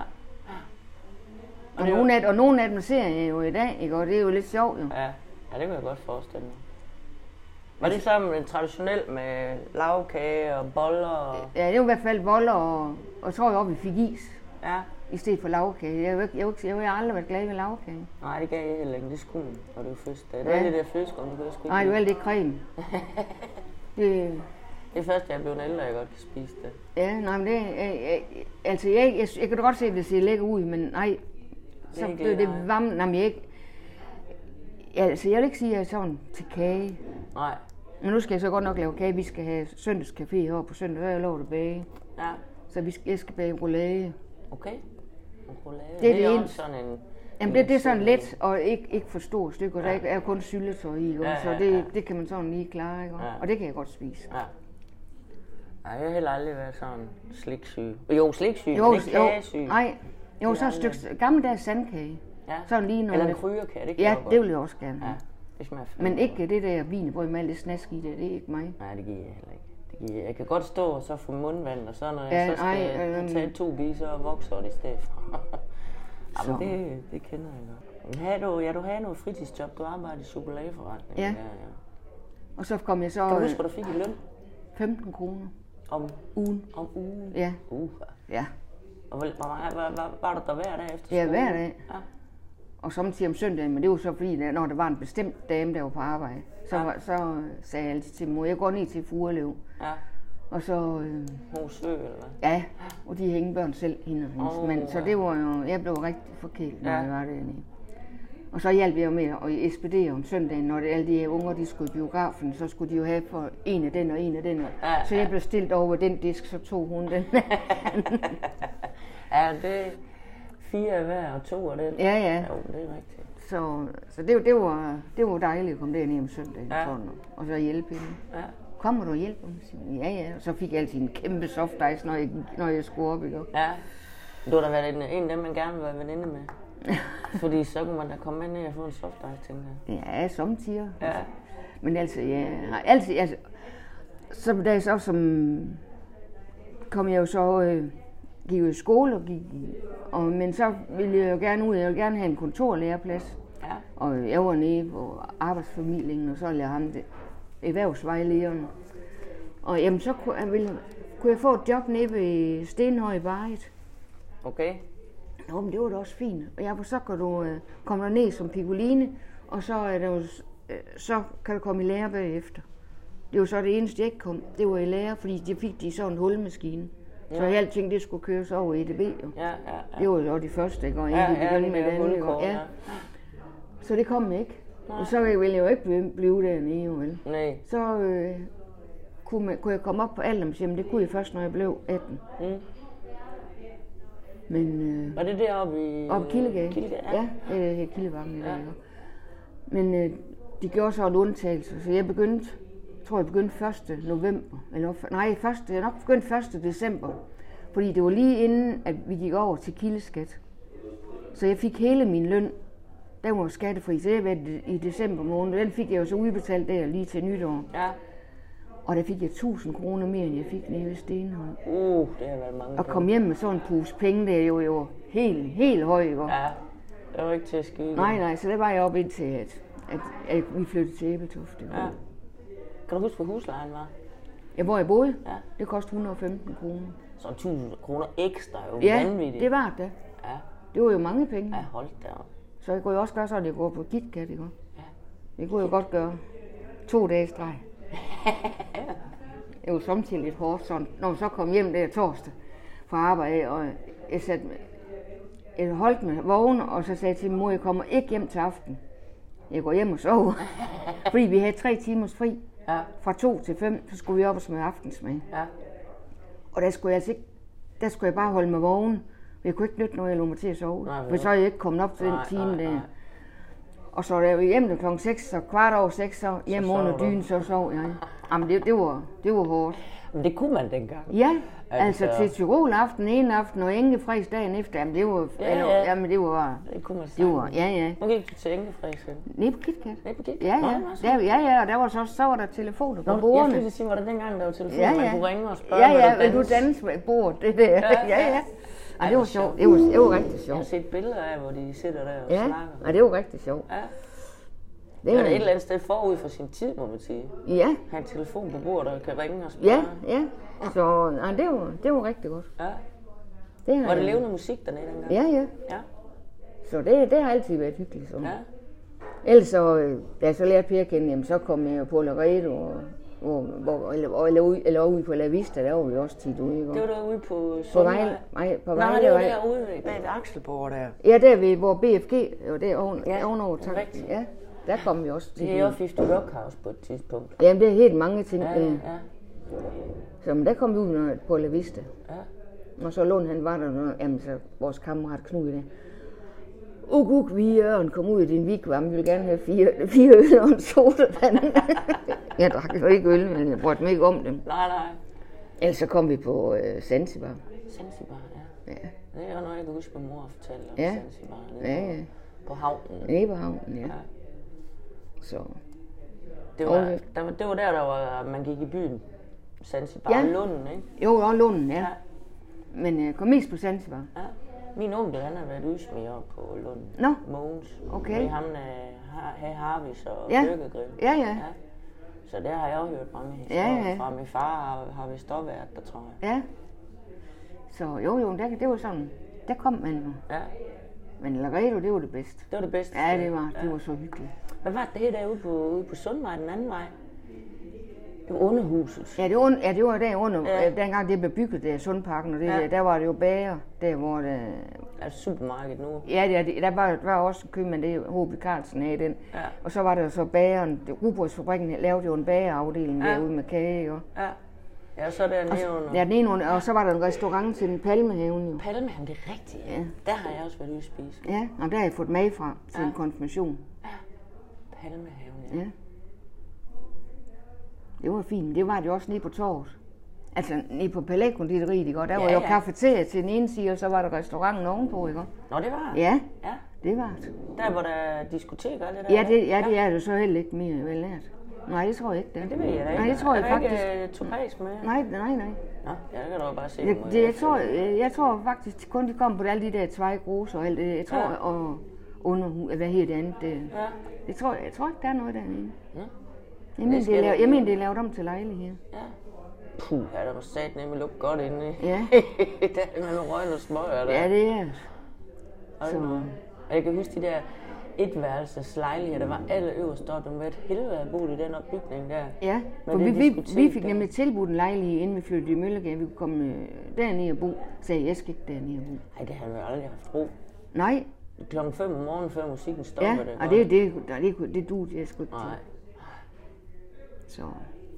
[SPEAKER 1] det
[SPEAKER 2] Og,
[SPEAKER 1] er jo-
[SPEAKER 2] nogle af, og nogle af dem ser jeg jo i dag, ikke? og det er jo lidt sjovt jo.
[SPEAKER 1] Ja, ja det kunne jeg godt forestille mig. Var det
[SPEAKER 2] Altså-
[SPEAKER 1] sammen traditionelt med lavkage og boller? Og...
[SPEAKER 2] Ja, det er jo i hvert fald vold, og, og tror jeg også, vi fik is
[SPEAKER 1] Ja.
[SPEAKER 2] i stedet for lavkage. Jeg har jo ikke- jeg har jo ikke- jeg har aldrig været glad ved lavkage.
[SPEAKER 1] Nej, det gav jeg heller ikke. Det skulle man, når det var fødselsdag. Det var
[SPEAKER 2] Ja.
[SPEAKER 1] det der flødeskum, det kunne jeg sgu ikke
[SPEAKER 2] Nej, det
[SPEAKER 1] lide.
[SPEAKER 2] var alt det creme. Det,
[SPEAKER 1] Det er først, da jeg blev ældre, jeg godt kan spise det.
[SPEAKER 2] ja, nej, men det, jeg, jeg, altså, jeg, jeg, jeg kan da godt se, at det ser lækker ud, men nej,
[SPEAKER 1] Det er
[SPEAKER 2] så
[SPEAKER 1] ikke
[SPEAKER 2] blev
[SPEAKER 1] lige dig.
[SPEAKER 2] det varmt. Nej, men jeg ikke, ja, altså, jeg vil ikke sige, at jeg er sådan til kage.
[SPEAKER 1] Nej.
[SPEAKER 2] Men nu skal jeg så godt nok lave kage. Vi skal have søndagscafé heroppe på søndag, så har jeg lov at bage.
[SPEAKER 1] Ja.
[SPEAKER 2] Så vi skal, jeg skal bage roulade.
[SPEAKER 1] Okay. En roulade.
[SPEAKER 2] Det er det
[SPEAKER 1] også
[SPEAKER 2] eneste.
[SPEAKER 1] sådan en...
[SPEAKER 2] Jamen det, det er sådan let, og ikke, ikke for stort stykke, og der ikke- er kun syltetøj i, ikke?
[SPEAKER 1] Ja,
[SPEAKER 2] så
[SPEAKER 1] ja,
[SPEAKER 2] det,
[SPEAKER 1] ja.
[SPEAKER 2] det kan man sådan lige klare, ikke?
[SPEAKER 1] Ja.
[SPEAKER 2] og det kan jeg godt spise.
[SPEAKER 1] Ja. Nej, jeg har heller aldrig været sådan sliksyg. Jo, sliksyg,
[SPEAKER 2] Jo,
[SPEAKER 1] men ikke
[SPEAKER 2] jo,
[SPEAKER 1] kagesyg.
[SPEAKER 2] nej, Jo, så et stykke gammeldags sandkage.
[SPEAKER 1] Ja.
[SPEAKER 2] Sådan lige noget.
[SPEAKER 1] Eller en krygerkage, det kan
[SPEAKER 2] Ja,
[SPEAKER 1] jeg godt.
[SPEAKER 2] det vil jeg også gerne have.
[SPEAKER 1] Ja, det smager fandme
[SPEAKER 2] Men ikke det der vinebrød med alt det snask i det, det er ikke mig.
[SPEAKER 1] Nej, det giver jeg heller ikke. Det giver jeg. jeg kan godt stå og så få mundvand, og så når jeg
[SPEAKER 2] Ja,
[SPEAKER 1] så skal
[SPEAKER 2] ej, øhm.
[SPEAKER 1] tage to bi, så vokser det i stedet for.
[SPEAKER 2] Så.
[SPEAKER 1] Jamen, det, det kender jeg godt. Men havde du, ja, du havde noget fritidsjob. Du arbejdede i chokoladeforretningen.
[SPEAKER 2] Ja.
[SPEAKER 1] Der, ja.
[SPEAKER 2] Og så kom jeg så
[SPEAKER 1] Kan du
[SPEAKER 2] øh,
[SPEAKER 1] huske, hvad du fik i løn?
[SPEAKER 2] 15 kroner
[SPEAKER 1] Om,
[SPEAKER 2] ugen.
[SPEAKER 1] om ugen?
[SPEAKER 2] Ja,
[SPEAKER 1] Uh.
[SPEAKER 2] ja.
[SPEAKER 1] Og hvor, hvor, meget- var, var, var du der hver dag efter skole?
[SPEAKER 2] Ja, hver dag.
[SPEAKER 1] Ja.
[SPEAKER 2] Og samtidig om søndagen, men det var så fordi, der- når der var en bestemt dame, der var på arbejde, så,
[SPEAKER 1] Ja.
[SPEAKER 2] var, så øh, sagde jeg altid til mor, jeg går ned til Furelev.
[SPEAKER 1] Ja.
[SPEAKER 2] Og så, øh,
[SPEAKER 1] Hosø, eller hvad?
[SPEAKER 2] ja, og de hængte børn selv, hende og hendes
[SPEAKER 1] Åh,
[SPEAKER 2] oh, mand. Så
[SPEAKER 1] ja.
[SPEAKER 2] det var jo, jeg blev rigtig forkælet, når
[SPEAKER 1] Ja.
[SPEAKER 2] ja. jeg var dernede. Og så hjalp jeg jo med at ekspedere om søndagen, når det, alle de her unger, de skulle i biografen, så skulle de jo have for en af den og en af den. Og.
[SPEAKER 1] Ja,
[SPEAKER 2] Så jeg blev stillet over den disk, så tog hun den. ja,
[SPEAKER 1] Ja, det er fire af hver og to af den.
[SPEAKER 2] ja.
[SPEAKER 1] Jo, det er rigtigt.
[SPEAKER 2] Så, så det, det, var, det var dejligt at komme derned om søndagen,
[SPEAKER 1] Ja.
[SPEAKER 2] ja. sådan, og så hjælpe hende.
[SPEAKER 1] Ja.
[SPEAKER 2] Kommer du og hjælper mig? Siger hun, Ja, ja. Og så fik jeg altid en kæmpe soft ice, når jeg, når jeg skulle op. Ikke?
[SPEAKER 1] Ja. Du har da været en, en af dem, man gerne vil være veninde med. Fordi så kunne man da komme med ned og få en soft ice, tænker jeg.
[SPEAKER 2] Ja, samtidig.
[SPEAKER 1] Ja.
[SPEAKER 2] Men altså, ja, har altid, altså, så da jeg så som, kom jeg jo så, øh, gik jo i skole, og gik, og, men så ville jeg jo gerne ud, jeg ville gerne have en kontorlæreplads.
[SPEAKER 1] Ja.
[SPEAKER 2] Og jeg var nede på arbejdsformidlingen, og så lavede ham det, erhvervsvejlederen. Og jamen, så kunne jeg, ville, kunne jeg få et job nede ved Stenhøj i Barret.
[SPEAKER 1] Okay.
[SPEAKER 2] Nå, men det var da også fint. Og jeg, så kan du øh, komme derned som pikoline, og så, er der jo, s- øh, så kan du komme i lære bagefter. Det var så det eneste, jeg ikke kom. Det var i lære, fordi det fik de sådan en hulmaskine. Så jeg alt tænkte, det skulle køres over i EDB. Jo.
[SPEAKER 1] Ja, ja, ja.
[SPEAKER 2] Det var jo de første, ikke? Og
[SPEAKER 1] Ja,
[SPEAKER 2] egentlig
[SPEAKER 1] ja,
[SPEAKER 2] begyndte
[SPEAKER 1] det
[SPEAKER 2] med
[SPEAKER 1] der
[SPEAKER 2] den. ikke?
[SPEAKER 1] hulkort,
[SPEAKER 2] Ja.
[SPEAKER 1] ja.
[SPEAKER 2] Så det kom jeg ikke. Og så ville jeg jo ikke blive- blive dernede, jo vel.
[SPEAKER 1] Nej.
[SPEAKER 2] Så øh, kunne, man, kunne jeg komme op på alderdomshjem. Det kunne jeg først, når jeg blev 18.
[SPEAKER 1] Mm.
[SPEAKER 2] Men øh,
[SPEAKER 1] Var det deroppe i...
[SPEAKER 2] Op Kildegade?
[SPEAKER 1] Øh, Kildegade, ja.
[SPEAKER 2] Ja, ja øh, Kildevangen i dag. Ja. Men øh, de gjorde så en undtagelse, så jeg begyndte, tror jeg begyndte 1. november, eller f- nej, 1. jeg er nok begyndte 1. december, fordi det var lige inden, at vi gik over til kildeskat. Så jeg fik hele min løn, den var skattefri, så det var i december måned, den fik jeg jo så udbetalt der lige til nytår.
[SPEAKER 1] Ja.
[SPEAKER 2] Og der fik jeg 1000 kroner mere, end jeg fik nede ved Stenholm.
[SPEAKER 1] Uh, det har været mange
[SPEAKER 2] Og kom hjem med sådan en pose penge, der jo, jo helt, helt høj, ikke?
[SPEAKER 1] penge. Ja. Det var ikke til at skide.
[SPEAKER 2] Nej, nej, så det var jeg op indtil, at, at, at vi flyttede til Æbeltoft.
[SPEAKER 1] Ja. Kan du huske, hvor huslejen var?
[SPEAKER 2] ja. hvor jeg boede,
[SPEAKER 1] Ja.
[SPEAKER 2] det kostede 115 kroner.
[SPEAKER 1] Så 1000 kroner ekstra er jo
[SPEAKER 2] Ja,
[SPEAKER 1] vanvittigt.
[SPEAKER 2] det var det.
[SPEAKER 1] Ja,
[SPEAKER 2] Det var jo mange penge.
[SPEAKER 1] ja
[SPEAKER 2] Ja.
[SPEAKER 1] hold da op.
[SPEAKER 2] Så jeg kunne jo også gøre sådan, at jeg går på KitKat, ikke? Ja. Det kunne jeg godt gøre. To dage i streg. det var samtidig lidt hårdt sådan. Når man så kom hjem der torsdag fra arbejde, og jeg, satte, mig- jeg holdt mig vågen, og så sagde jeg til min mor, jeg kommer ikke hjem til aften. Jeg går hjem og sover. Fordi vi havde tre timers fri.
[SPEAKER 1] Ja,
[SPEAKER 2] fra 2 til 5, så skulle vi op og smøre aftensmad.
[SPEAKER 1] ja.
[SPEAKER 2] Og der skulle jeg altså ikke, der skulle jeg bare holde mig vågen. Jeg kunne ikke nytte noget, jeg lå mig til at sove.
[SPEAKER 1] Nej, vel.
[SPEAKER 2] for så er jeg ikke kommet op til den
[SPEAKER 1] Nej, nej,
[SPEAKER 2] time der.
[SPEAKER 1] nej.
[SPEAKER 2] Og så da jeg var hjemme klokken 6, så kvart over 6, så hjem
[SPEAKER 1] sov
[SPEAKER 2] under
[SPEAKER 1] du.
[SPEAKER 2] dynen, så sov jeg. Jamen det, det, var, det var hårdt.
[SPEAKER 1] Men det kunne man dengang.
[SPEAKER 2] Ja,
[SPEAKER 1] Altså-
[SPEAKER 2] altså, til Tyrol aften, en aften og Ingefræs dagen efter, jamen det var,
[SPEAKER 1] Ja,
[SPEAKER 2] eller,
[SPEAKER 1] ja.
[SPEAKER 2] Jamen, det var,
[SPEAKER 1] Det kunne man
[SPEAKER 2] det
[SPEAKER 1] sige.
[SPEAKER 2] var, ja, ja.
[SPEAKER 1] Nu gik du til Ingefredsen.
[SPEAKER 2] Nede på KitKat.
[SPEAKER 1] Nede på Kit-
[SPEAKER 2] Ja,
[SPEAKER 1] Nå,
[SPEAKER 2] ja.
[SPEAKER 1] det var så-
[SPEAKER 2] Der, ja, ja, og der var så, så var der telefoner på
[SPEAKER 1] Nå, jeg
[SPEAKER 2] bordene.
[SPEAKER 1] skulle lige sige, var det dengang, der var telefon,
[SPEAKER 2] Ja,
[SPEAKER 1] man
[SPEAKER 2] ja.
[SPEAKER 1] kunne ringe og spørge,
[SPEAKER 2] Ja, ja,
[SPEAKER 1] vil
[SPEAKER 2] vil du danse med bordet? Det der. Ja,
[SPEAKER 1] ja.
[SPEAKER 2] ja. ja. Ej,
[SPEAKER 1] hvor
[SPEAKER 2] det var sjovt. Det var, det var rigtig
[SPEAKER 1] Jeg har
[SPEAKER 2] sjovt.
[SPEAKER 1] set billeder af, hvor de sidder der og
[SPEAKER 2] Ja,
[SPEAKER 1] snakker.
[SPEAKER 2] Ej, det var rigtig sjovt.
[SPEAKER 1] Ja.
[SPEAKER 2] Det
[SPEAKER 1] Det
[SPEAKER 2] var,
[SPEAKER 1] er da et eller andet sted forud for sin tid, må man sige.
[SPEAKER 2] ja,
[SPEAKER 1] Have en telefon på bordet, og kan ringe og spørge.
[SPEAKER 2] ja, ja. Så nej, det, var, det var rigtig godt.
[SPEAKER 1] ja.
[SPEAKER 2] Det har
[SPEAKER 1] Var det
[SPEAKER 2] jeg-
[SPEAKER 1] levende musik dernede dengang?
[SPEAKER 2] Ja, ja.
[SPEAKER 1] Ja.
[SPEAKER 2] Så det, det har altid været hyggeligt. Så.
[SPEAKER 1] ja.
[SPEAKER 2] Ellers så, øh, da jeg så lærte Per at kende, jamen, så kom jeg jo på Laredo, og, hvor, hvor, eller, eller, ude- eller ude på La Vista, der var vi også tit ude. Ikke?
[SPEAKER 1] Det var derude på
[SPEAKER 2] på
[SPEAKER 1] Sundvej.
[SPEAKER 2] Vejle, nej, på
[SPEAKER 1] Nej,
[SPEAKER 2] Vejle,
[SPEAKER 1] det var
[SPEAKER 2] Vej.
[SPEAKER 1] derude ved- bag ved Axelborg der.
[SPEAKER 2] Ja, der ved, hvor BFG, jo, der oven,
[SPEAKER 1] Ja,
[SPEAKER 2] ja, ovenover,
[SPEAKER 1] det er
[SPEAKER 2] tak.
[SPEAKER 1] rigtigt.
[SPEAKER 2] Ja, der kom vi også tit
[SPEAKER 1] Det er jo 50 Rock House på et tidspunkt.
[SPEAKER 2] Jamen, det er helt mange ting.
[SPEAKER 1] Ja,
[SPEAKER 2] Ja, ja.
[SPEAKER 1] ja,
[SPEAKER 2] Så, men der kom vi ud med- på La Vista.
[SPEAKER 1] ja.
[SPEAKER 2] Og så Lund, han var der, og, jamen, så vores kammerat Knud i det. Uk, uk, vi er Jørgen, kom ud i din vikvarm, vi vil gerne have fire, fire øl og en sodavand. jeg drak jo ikke øl, men jeg brød mig ikke om dem.
[SPEAKER 1] Nej, nej.
[SPEAKER 2] Ellers så kom vi på øh, Zanzibar.
[SPEAKER 1] Zanzibar, ja.
[SPEAKER 2] Ja,
[SPEAKER 1] Det er jo noget, jeg kan huske, min mor fortalte om
[SPEAKER 2] Ja.
[SPEAKER 1] Zanzibar. nede
[SPEAKER 2] ja, ja.
[SPEAKER 1] på- På havnen.
[SPEAKER 2] Nede på havnen, ja.
[SPEAKER 1] Ja.
[SPEAKER 2] Så.
[SPEAKER 1] Det var,
[SPEAKER 2] Okay.
[SPEAKER 1] der, var- det var der, der var, man gik i byen. Zanzibar, ja.
[SPEAKER 2] Ja.
[SPEAKER 1] Lunden, ikke?
[SPEAKER 2] Jo, og Lunden, ja.
[SPEAKER 1] Ja.
[SPEAKER 2] Men jeg kom mest på Zanzibar.
[SPEAKER 1] Ja. Min onkel, han har været udsmiger på Lunden.
[SPEAKER 2] Nå.
[SPEAKER 1] Mogens.
[SPEAKER 2] Okay.
[SPEAKER 1] Med ham, øh, Har- Hey Harvis og ja.
[SPEAKER 2] Ja.
[SPEAKER 1] Lykkegrill.
[SPEAKER 2] Ja, ja.
[SPEAKER 1] ja. Så der har jeg jo hørt mange
[SPEAKER 2] Ja,
[SPEAKER 1] historier
[SPEAKER 2] ja.
[SPEAKER 1] ja, ja. fra. Min far har, har vist også været der, tror jeg.
[SPEAKER 2] Ja. Så jo, jo, der, det var sådan, der kom man jo.
[SPEAKER 1] Ja,
[SPEAKER 2] Men Laredo, det var det bedste.
[SPEAKER 1] det var det bedste.
[SPEAKER 2] Ja,
[SPEAKER 1] sted.
[SPEAKER 2] det var, det var så hyggeligt.
[SPEAKER 1] Hvad var det derude på, ude på Sundvej, den anden vej? Det var underhuset.
[SPEAKER 2] Ja, det var, ja, det var der under,
[SPEAKER 1] Ja.
[SPEAKER 2] ja. øh, dengang det blev bygget der, Sundparken, og det,
[SPEAKER 1] Ja.
[SPEAKER 2] ja. der var det jo bager, der hvor det,
[SPEAKER 1] Altså supermarked nu.
[SPEAKER 2] ja, der, der var, der var også en købmand, det er H.B. Carlsen af den.
[SPEAKER 1] Ja.
[SPEAKER 2] Og så var der jo så bageren, det- rugbrødsfabrikken lavede jo en bagerafdeling
[SPEAKER 1] Ja.
[SPEAKER 2] ja. derude med kage, og,
[SPEAKER 1] Ja. Ja, så dernede under.
[SPEAKER 2] ja, den ene, under- og så var der en restaurant til en palmehaven jo.
[SPEAKER 1] Palme, han det er rigtigt. Ja. Der har jeg også været ude at spise.
[SPEAKER 2] Ja, og der har jeg fået med fra til ja. en konfirmation.
[SPEAKER 1] Palmehaven, ja.
[SPEAKER 2] Ja. Det var fint, men det var det også nede på torvet. Altså nede på Palækonditoriet, ikke? Og der
[SPEAKER 1] Ja,
[SPEAKER 2] ja, var jo
[SPEAKER 1] ja.
[SPEAKER 2] ja. til den ene side, og så var der restauranten ovenpå, ikke?
[SPEAKER 1] Nå, det var
[SPEAKER 2] Ja,
[SPEAKER 1] ja.
[SPEAKER 2] det var det.
[SPEAKER 1] Der, hvor der er diskotek og alt det der.
[SPEAKER 2] Ja, det, ja, det er det så heller ikke mere vel lært. Nej, det tror jeg ikke, det er.
[SPEAKER 1] Det ved jeg da ikke.
[SPEAKER 2] Nej, det tror jeg
[SPEAKER 1] er der
[SPEAKER 2] faktisk.
[SPEAKER 1] Ikke, uh, topaz med?
[SPEAKER 2] Nej, nej, nej.
[SPEAKER 1] Nå, ja, det kan du jo bare se.
[SPEAKER 2] Jeg,
[SPEAKER 1] hvor-
[SPEAKER 2] det, jeg, tror, øh, jeg, jeg tror faktisk kun, de kom på alle de der tvejgrose og alt det. Jeg tror,
[SPEAKER 1] Ja.
[SPEAKER 2] ja. og under, hvad hedder det andet? Det,
[SPEAKER 1] Ja.
[SPEAKER 2] jeg, tror, jeg tror ikke, der er noget derinde.
[SPEAKER 1] Nå.
[SPEAKER 2] Jeg mener,
[SPEAKER 1] skal
[SPEAKER 2] det er lavet,
[SPEAKER 1] jeg-
[SPEAKER 2] jeg mener, det er lavet om til lejlighed.
[SPEAKER 1] Ja. Puh, ja, der var sat nemlig lukke godt inde.
[SPEAKER 2] Ja.
[SPEAKER 1] der er man nogle røg og smøger der.
[SPEAKER 2] Ja, det er det.
[SPEAKER 1] Hold
[SPEAKER 2] så-
[SPEAKER 1] nu op. Og jeg kan huske de der etværelses lejligheder, der var allerøverst, der det var et helvede at bo i den opbygning der.
[SPEAKER 2] Ja,
[SPEAKER 1] Men
[SPEAKER 2] for
[SPEAKER 1] det
[SPEAKER 2] vi,
[SPEAKER 1] er
[SPEAKER 2] vi,
[SPEAKER 1] diskotek
[SPEAKER 2] vi fik
[SPEAKER 1] der.
[SPEAKER 2] nemlig tilbudt en lejlighed, inden vi flyttede i Møllegade. Vi kunne komme øh, derned og bo. Sagde jeg, jeg skal ikke derned og bo.
[SPEAKER 1] Nej, det havde vi aldrig haft ro.
[SPEAKER 2] Nej,
[SPEAKER 1] Klokken 5 om morgenen, før musikken stopper,
[SPEAKER 2] ja,
[SPEAKER 1] det
[SPEAKER 2] og
[SPEAKER 1] godt.
[SPEAKER 2] det, det, det, det, det, det duede jeg sgu ikke
[SPEAKER 1] Nej,
[SPEAKER 2] til. Så,